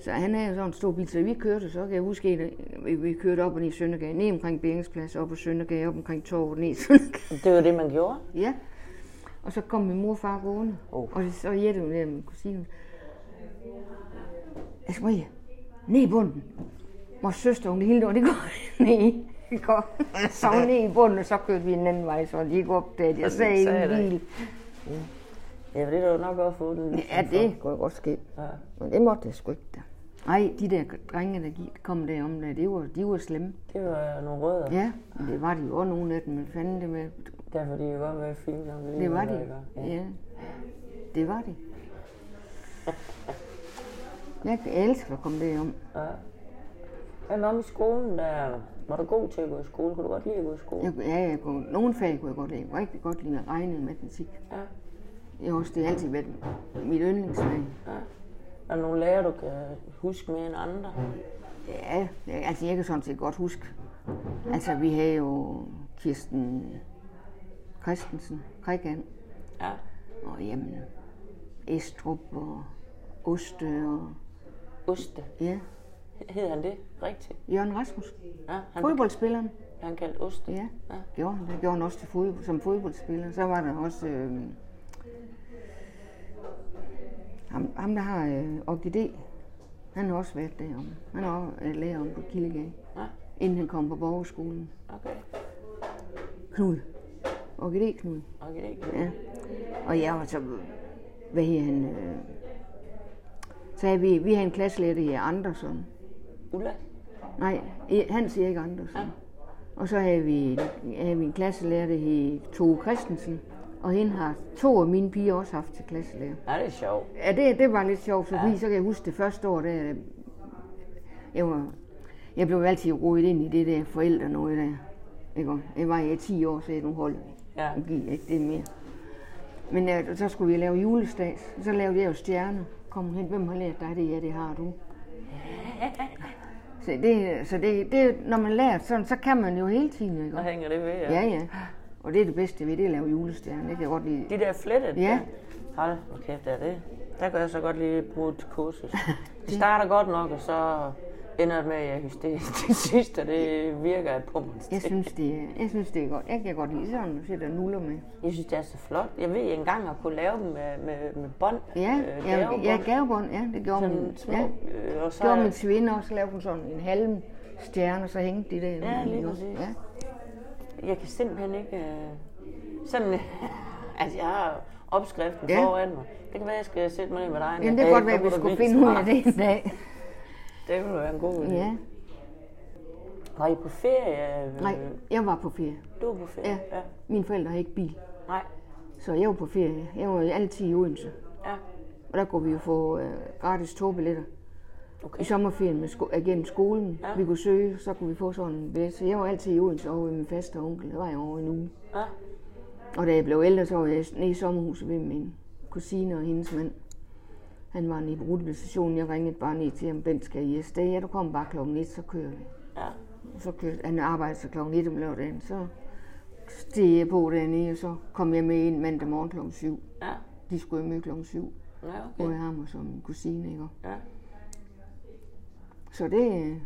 [SPEAKER 2] så han havde jo sådan en stor bil, så vi kørte, så kan jeg huske, at vi- vi kørte op og ned i Søndergade, ned omkring Beringsplads, op på Søndergade, op omkring Torvet, ned i Søndergade.
[SPEAKER 1] Det var det, man gjorde.
[SPEAKER 2] Ja. Og så kom min mor og far gående.
[SPEAKER 1] Oh.
[SPEAKER 2] Og så Jette, hun der, min kusine. Altså, Maria, ned i bunden. Vores søster, hun hele tiden, det går ned. Det går. Så hun ned i bunden, og så kørte vi en anden vej, så de ikke opdagede. Jeg
[SPEAKER 1] Og
[SPEAKER 2] sagde
[SPEAKER 1] det sagde
[SPEAKER 2] i en
[SPEAKER 1] der ikke.
[SPEAKER 2] bil.
[SPEAKER 1] Ja, det er du nok også fået den.
[SPEAKER 2] Ja, det kunne godt ske.
[SPEAKER 1] Ja.
[SPEAKER 2] Men det måtte jeg sgu ikke da. Nej, de der drenge, der gik- kom derom, der, det var, de var slemme.
[SPEAKER 1] Det var nogle rødder. Ja.
[SPEAKER 2] Ja, men det var de jo også nogle af dem, men fanden det med.
[SPEAKER 1] Derfor de jo godt være fint. når lige
[SPEAKER 2] Det var
[SPEAKER 1] ved,
[SPEAKER 2] de.
[SPEAKER 1] hvad gør.
[SPEAKER 2] jo.
[SPEAKER 1] Ja.
[SPEAKER 2] Ja, det var de. Jeg elsker at komme derom.
[SPEAKER 1] ja. Men om i skolen, der var du god til at gå i skole? Kunne du godt lide at gå i skole?
[SPEAKER 2] Jeg, ja, jeg kunne, nogle fag kunne jeg godt lide. Jeg kunne rigtig godt lide at regne og matematik.
[SPEAKER 1] Ja.
[SPEAKER 2] Jeg har også det har altid været mit yndlingsfag.
[SPEAKER 1] ja. Er der nogle lærer, du kan huske mere end andre?
[SPEAKER 2] Ja, jeg- altså jeg kan sådan set godt huske. Altså vi havde jo Kirsten Christensen, Krigan,
[SPEAKER 1] Ja.
[SPEAKER 2] og jamen Estrup og Oste og
[SPEAKER 1] Oste.
[SPEAKER 2] ja,
[SPEAKER 1] Hed han det rigtigt?
[SPEAKER 2] Jørgen Rasmus.
[SPEAKER 1] Ja, han,
[SPEAKER 2] Fodboldspilleren,
[SPEAKER 1] han kaldte Oste.
[SPEAKER 2] ja.
[SPEAKER 1] Ja.
[SPEAKER 2] Gjorde han, det gjorde han også til fodbold, som fodboldspiller. Så var der også øh, ham, ham, der har øh, orkidé. Han har også været derom. Han har også øh, lærer om på Kildegade,
[SPEAKER 1] ja.
[SPEAKER 2] inden han kom på borgerskolen.
[SPEAKER 1] Okay.
[SPEAKER 2] Knud. Orkidé-Knud,
[SPEAKER 1] Okay, det er ikke-
[SPEAKER 2] ja. Og jeg var så... Hvad hed han? Øh, så havde vi, vi havde en klasselærer, der hed Andersson.
[SPEAKER 1] Ulla?
[SPEAKER 2] Nej, E- Hans Erik Andersson. Ja. Og så havde vi, havde vi en klasselærer, der hed Tove Christensen. Og hende har to af mine piger også haft til klasselærer.
[SPEAKER 1] Ja, det er sjovt.
[SPEAKER 2] Ja, det, det var lidt sjovt, fordi så kan jeg huske det første år, der øh, jeg, var, jeg blev altid rodet ind i det der forældre noget der. Ikke? også? Jeg var i 10 år, så jeg nu holder vi.
[SPEAKER 1] Ja.
[SPEAKER 2] Nu giver jeg ikke det mere. Men øh, så skulle vi lave julestads. Så lavede jeg jo stjerner. Kom hun hen, hvem har lært dig det? Ja, det har du. Så det, så det, det når man lærer sådan, så kan man jo hele tiden, ikke?
[SPEAKER 1] Så
[SPEAKER 2] også?
[SPEAKER 1] hænger det ved,
[SPEAKER 2] Ja, ja. Og det er det bedste ved det, at lave julestjerner. Det kan jeg godt lide.
[SPEAKER 1] De der flettet
[SPEAKER 2] Ja.
[SPEAKER 1] der. Hold nu kæft, det er det. Der kan jeg så godt lige bruge et kursus. Det starter godt nok, og så ender det med, at jeg hysterisk til sidst, og det virker af pumpen.
[SPEAKER 2] Jeg synes, det er, jeg synes, det er godt. Jeg kan godt lide sådan, at sætter nuller med.
[SPEAKER 1] Jeg synes, det er så flot. Jeg ved ikke engang at kunne lave dem med, med, med bånd.
[SPEAKER 2] Ja,
[SPEAKER 1] øh,
[SPEAKER 2] ja,
[SPEAKER 1] gavebånd.
[SPEAKER 2] ja gavebånd, ja, det gjorde
[SPEAKER 1] Sådan
[SPEAKER 2] min,
[SPEAKER 1] små,
[SPEAKER 2] ja.
[SPEAKER 1] øh, og så...
[SPEAKER 2] gjorde min svinde også, lavede hun sådan en halm stjerne, og så hængte de der.
[SPEAKER 1] Ja, lige
[SPEAKER 2] Ja.
[SPEAKER 1] præcis.
[SPEAKER 2] Ja.
[SPEAKER 1] Jeg kan simpelthen ikke... Øh, sådan... altså, jeg har opskriften
[SPEAKER 2] Ja.
[SPEAKER 1] ja. foran mig. Det kan være, jeg skal sætte mig ned med dig. en
[SPEAKER 2] Jamen, det
[SPEAKER 1] dag,
[SPEAKER 2] kan godt være,
[SPEAKER 1] så
[SPEAKER 2] at vi
[SPEAKER 1] må du
[SPEAKER 2] skulle
[SPEAKER 1] vise
[SPEAKER 2] finde ud af
[SPEAKER 1] mig.
[SPEAKER 2] det en dag.
[SPEAKER 1] Det ville være en god idé.
[SPEAKER 2] Ja.
[SPEAKER 1] Var I på ferie? øh,
[SPEAKER 2] Nej, jeg var på ferie.
[SPEAKER 1] Du var på ferie?
[SPEAKER 2] Ja.
[SPEAKER 1] ja.
[SPEAKER 2] Mine forældre har ikke bil,
[SPEAKER 1] Nej.
[SPEAKER 2] så jeg var på ferie. Jeg var altid i Odense.
[SPEAKER 1] Ja.
[SPEAKER 2] Og der kunne vi jo få øh, gratis togbilletter
[SPEAKER 1] Okay.
[SPEAKER 2] i sommerferien med sko- øh, gennem skolen.
[SPEAKER 1] Ja.
[SPEAKER 2] Vi kunne søge, så kunne vi få sådan en billet. Så jeg var altid i Odense over ved min faste onkel. Der var jeg over en uge.
[SPEAKER 1] Ja.
[SPEAKER 2] Og da jeg blev ældre, så var jeg nede i sommerhuset ved min kusine og hendes mand. Han var nede på rutestationen. Jeg ringede bare ned til ham. Bent skal i SD. Ja, du kom bare klokken 1, så kører vi.
[SPEAKER 1] Ja.
[SPEAKER 2] Og Så kørte, han arbejdede så klokken 1 om lørdagen. Så steg jeg på dernede, og så kom jeg med ind mandag morgen klokken 7.
[SPEAKER 1] Ja.
[SPEAKER 2] De skulle jo møde klokken 7.
[SPEAKER 1] Ja,
[SPEAKER 2] Både
[SPEAKER 1] okay.
[SPEAKER 2] jeg ham og så min kusine, ikke?
[SPEAKER 1] Ja.
[SPEAKER 2] Så det... øh,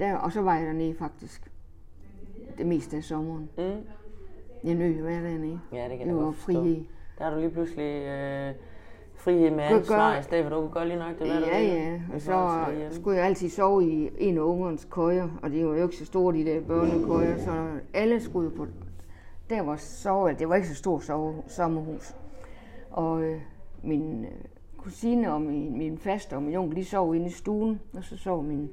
[SPEAKER 2] Der, og så var jeg dernede faktisk det meste af sommeren.
[SPEAKER 1] Mm.
[SPEAKER 2] Jeg nød at være dernede.
[SPEAKER 1] ja, det kan
[SPEAKER 2] Det
[SPEAKER 1] jeg
[SPEAKER 2] var
[SPEAKER 1] godt forstå.
[SPEAKER 2] fri.
[SPEAKER 1] Der har du lige pludselig øh, frihed med
[SPEAKER 2] Kunne
[SPEAKER 1] ansvar
[SPEAKER 2] gøre-
[SPEAKER 1] i stedet, for du kunne gøre lige nok det, hvad du
[SPEAKER 2] Ja,
[SPEAKER 1] ville.
[SPEAKER 2] ja.
[SPEAKER 1] Hvis
[SPEAKER 2] Og
[SPEAKER 1] du også
[SPEAKER 2] så
[SPEAKER 1] var hjemme.
[SPEAKER 2] skulle jeg altid sove i en af ungernes køjer, og det var jo ikke så store, de der børnekøjer, så alle skulle jo på... Der var sove, det var ikke så stort sove, sommerhus. Og øh, min øh, kusine og min, min faste og min onkel, de sov inde i stuen, og så sov min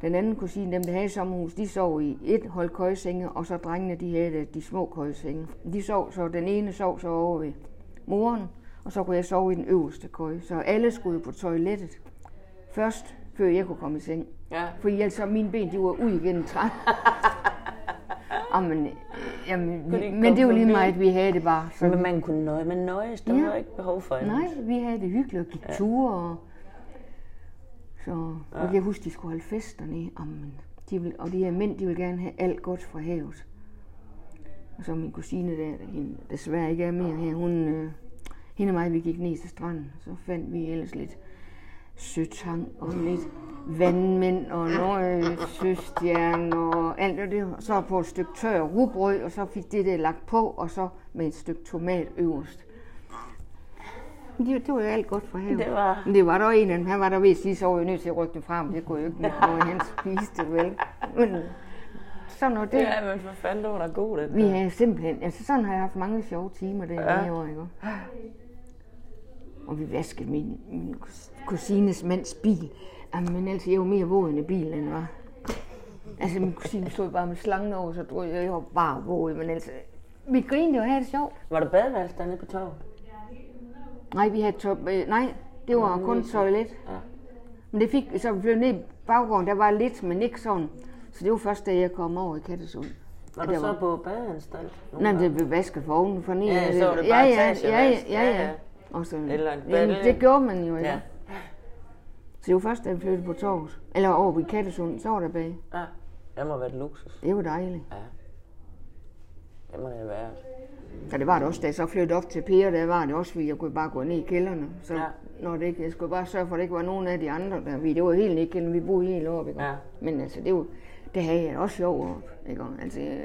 [SPEAKER 2] den anden kusine, dem der havde sommerhus, de sov i et hold køjesenge, og øh, så drengene, de havde de små køjesenge. De sov, så den ene sov så over ved moren, og så kunne jeg sove i den øverste køje. Så alle skulle jo på toilettet først, før jeg kunne komme i seng.
[SPEAKER 1] Ja.
[SPEAKER 2] For ellers så mine ben, de var ud igennem træ. Jamen, øh, jamen,
[SPEAKER 1] Kunne de
[SPEAKER 2] vi,
[SPEAKER 1] ikke
[SPEAKER 2] men det var
[SPEAKER 1] komme
[SPEAKER 2] lige
[SPEAKER 1] forbi?
[SPEAKER 2] meget, vi havde det bare. Så,
[SPEAKER 1] Men man kunne nøje, man nøjes, der
[SPEAKER 2] Ja.
[SPEAKER 1] var ikke behov for andet.
[SPEAKER 2] nej, vi havde det hyggeligt og gik ture. Og, så ja. og jeg husker, de skulle holde fester nede. Jamen, de ville, og de her mænd, de ville gerne have alt godt fra havet. Og så min kusine der, der hende, desværre ikke er mere her, hun, øh, hende og mig, vi gik ned til stranden. Så fandt vi ellers lidt søtang og lidt vandmænd og noget søstjern og alt det der. Så på et stykke tør rugbrød, og så fik det der lagt på, og så med et stykke tomat øverst. Men Det, det var jo alt godt for havet.
[SPEAKER 1] Det var-
[SPEAKER 2] Men det var der jo en af dem. Han var der ved at sige, så var jeg nødt til at rykke det frem. Det kunne jeg jo ikke, når han spiste, vel? Men sådan var det.
[SPEAKER 1] Ja, men for fanden, det var da god, det.
[SPEAKER 2] Vi har simpelthen, altså sådan har jeg haft mange sjove timer der ja. i år, ikke? Og vi vaskede min, min kus- kusines mands bil. Jamen altså, jeg var mere våd end bilen, end var. Altså min kusine stod bare med slangen over, så drøg jeg, jeg var bare våd, men altså... Vi grinede jo og havde det sjovt.
[SPEAKER 1] Var der badeværelse dernede på torvet?
[SPEAKER 2] Nej, vi havde top, øh, nej, det var kun toilet.
[SPEAKER 1] Ja.
[SPEAKER 2] Men det fik, så vi blev ned i baggården, der var lidt, men ikke sådan. Så det var først, da jeg kom over i Kattesund.
[SPEAKER 1] Var
[SPEAKER 2] at
[SPEAKER 1] du
[SPEAKER 2] der
[SPEAKER 1] så på badeanstalt?
[SPEAKER 2] Nej, men det blev vasket for oven for ned.
[SPEAKER 1] Ja,
[SPEAKER 2] og
[SPEAKER 1] så var det bare
[SPEAKER 2] ja,
[SPEAKER 1] etagevask.
[SPEAKER 2] ja, ja, ja,
[SPEAKER 1] Ja,
[SPEAKER 2] ja,
[SPEAKER 1] ja.
[SPEAKER 2] Og så,
[SPEAKER 1] Eller en
[SPEAKER 2] jamen,
[SPEAKER 1] balje.
[SPEAKER 2] det gjorde man jo, ja.
[SPEAKER 1] Ja.
[SPEAKER 2] ja. Så det var først, da jeg flyttede på torvet, eller over i Kattesund, så var der bag.
[SPEAKER 1] ja. Det må være et luksus.
[SPEAKER 2] Det var dejligt.
[SPEAKER 1] Det må det være.
[SPEAKER 2] Og det var det også, da jeg så flyttede op til Per, der var det også, fordi jeg kunne bare gå ned i kælderne. Så
[SPEAKER 1] Ja.
[SPEAKER 2] ja. når det ikke, jeg skulle bare sørge for, at det ikke var nogen af de andre der. Vi, det var helt ned i kælderen, vi boede helt oppe. Ikke?
[SPEAKER 1] Ja.
[SPEAKER 2] Men altså, det, var, det havde jeg da også sjov op. Ikke? Altså, øh,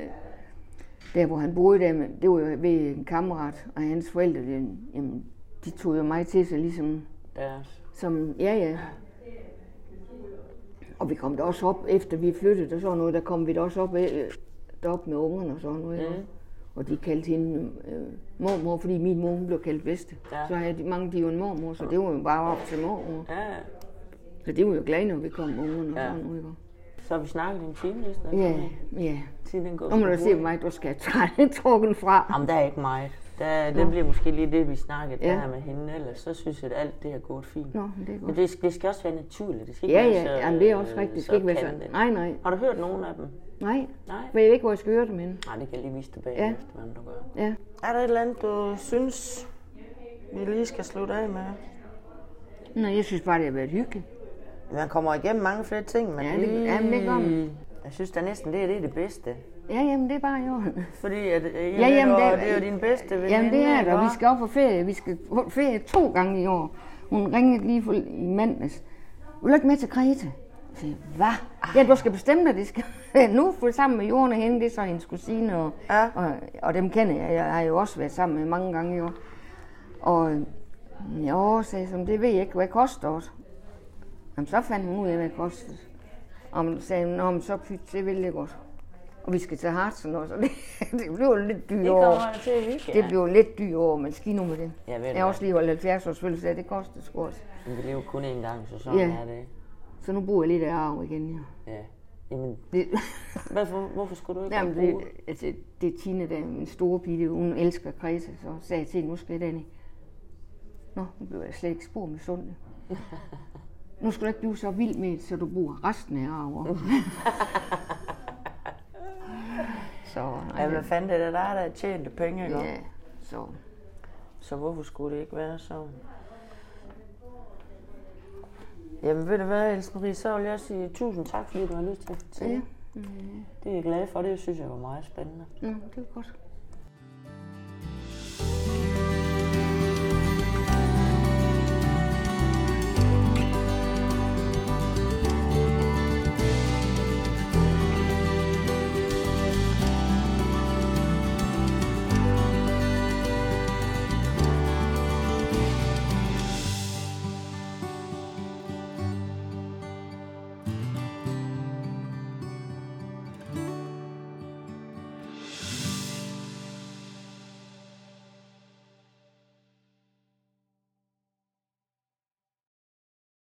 [SPEAKER 2] der hvor han boede der, men det var jo ved en kammerat, og hans forældre, de, jamen, de tog jo mig til sig ligesom,
[SPEAKER 1] Deres.
[SPEAKER 2] som, ja ja. Og vi kom da også op, efter vi flyttede og sådan noget, der kom vi da også op øh, derop med ungerne og sådan noget.
[SPEAKER 1] Mhm.
[SPEAKER 2] Mm. Og de kaldte hende øh, mormor, fordi min mor hun blev kaldt bedste.
[SPEAKER 1] Ja.
[SPEAKER 2] Ja. Så havde de, mange de jo en mormor, så det var jo bare op til mormor.
[SPEAKER 1] Ja,
[SPEAKER 2] Så det var jo glade, når vi kom ungerne
[SPEAKER 1] Ja.
[SPEAKER 2] og sådan noget. ikke?
[SPEAKER 1] så har vi snakket i en time i stedet.
[SPEAKER 2] Ja, ja.
[SPEAKER 1] Tiden den går.
[SPEAKER 2] Nu må du
[SPEAKER 1] sgu
[SPEAKER 2] se,
[SPEAKER 1] hurtigt.
[SPEAKER 2] hvor meget du skal have trukken fra.
[SPEAKER 1] Jamen, der er ikke meget. Der, det bliver måske lige det, vi snakkede
[SPEAKER 2] Ja.
[SPEAKER 1] ja. der med hende. Ellers så synes jeg, at alt det her gået fint.
[SPEAKER 2] Nå, men det er
[SPEAKER 1] Men
[SPEAKER 2] godt.
[SPEAKER 1] det, skal- det skal også være naturligt. Det skal
[SPEAKER 2] Ja,
[SPEAKER 1] ikke
[SPEAKER 2] ja,
[SPEAKER 1] være så,
[SPEAKER 2] jamen, det er også
[SPEAKER 1] øh,
[SPEAKER 2] rigtigt. Det skal ikke være så.
[SPEAKER 1] kantet.
[SPEAKER 2] Nej, nej,
[SPEAKER 1] Har du hørt nogen af dem?
[SPEAKER 2] nej.
[SPEAKER 1] Nej.
[SPEAKER 2] For jeg ved ikke, hvor jeg skal høre dem henne.
[SPEAKER 1] Nej, det kan jeg lige vise dig
[SPEAKER 2] Ja.
[SPEAKER 1] bagefter, hvordan du gør.
[SPEAKER 2] Ja.
[SPEAKER 1] Er der et eller andet, du synes, vi lige skal slutte af med?
[SPEAKER 2] Nå, jeg synes bare, det har været hyggeligt.
[SPEAKER 1] Man kommer igennem mange flere ting, men
[SPEAKER 2] Ja, det-
[SPEAKER 1] lige...
[SPEAKER 2] jamen, det gør man.
[SPEAKER 1] Jeg synes da næsten, det er det, er det bedste.
[SPEAKER 2] Ja, jamen, det er bare i orden.
[SPEAKER 1] Fordi at, øh,
[SPEAKER 2] Ja, jamen,
[SPEAKER 1] det, er,
[SPEAKER 2] det-
[SPEAKER 1] det er jo din bedste veninde.
[SPEAKER 2] Jamen det er
[SPEAKER 1] ikke
[SPEAKER 2] der. Vi
[SPEAKER 1] også?
[SPEAKER 2] skal op på ferie. Vi skal på ferie to gange i år. Hun ringede lige for, i mandags. Vil du ikke med til Kreta? Jeg siger, hvad? Ja, du skal bestemme dig. Det skal nu for sammen med Jorden og hende. Det er så hendes kusine. Og,
[SPEAKER 1] Ja.
[SPEAKER 2] og, og dem kender jeg. Jeg har jo også været sammen med mange gange i år. Og øh, jo, sagde jeg, "Jamen, det ved jeg ikke, hvad det koster også. Jamen, så fandt hun ud af, hvad det kostede. Og hun sagde, Nå, men så pyt, det vil jeg godt. Og vi skal til Hartsen også, og det, det blev lidt dyrere.
[SPEAKER 1] Det kommer til at hygge.
[SPEAKER 2] Det blev lidt dyrt år, men skidt nu med det.
[SPEAKER 1] Ja, ved du
[SPEAKER 2] jeg
[SPEAKER 1] hvad.
[SPEAKER 2] har også lige holdt 70 års fødselsdag, det koster sgu også.
[SPEAKER 1] Men Vi lever kun én gang, så sådan
[SPEAKER 2] Ja.
[SPEAKER 1] er det.
[SPEAKER 2] Så nu bruger jeg lidt af arv igen, ja.
[SPEAKER 1] Ja. Jamen,
[SPEAKER 2] Det,
[SPEAKER 1] hvorfor, hvorfor skulle du ikke
[SPEAKER 2] jamen,
[SPEAKER 1] bruge
[SPEAKER 2] det, altså, det er Tina, der er min store pige, hun elsker kredse, så sagde jeg til hende, nu skal jeg derned. Nå, nu blev jeg slet ikke spor med sundt. Nu skal du ikke blive så vild med det, så du bruger resten af arver. så, nej,
[SPEAKER 1] Jamen, hvad fanden det er der, der tjente penge, ikke?
[SPEAKER 2] ja, så.
[SPEAKER 1] Så hvorfor skulle det ikke være så? Jamen ved du hvad, Else Marie, så vil jeg sige tusind tak, fordi du har lyst til at fortælle.
[SPEAKER 2] Ja.
[SPEAKER 1] Det er jeg glad for, det synes jeg var meget spændende.
[SPEAKER 2] Nå, det er godt.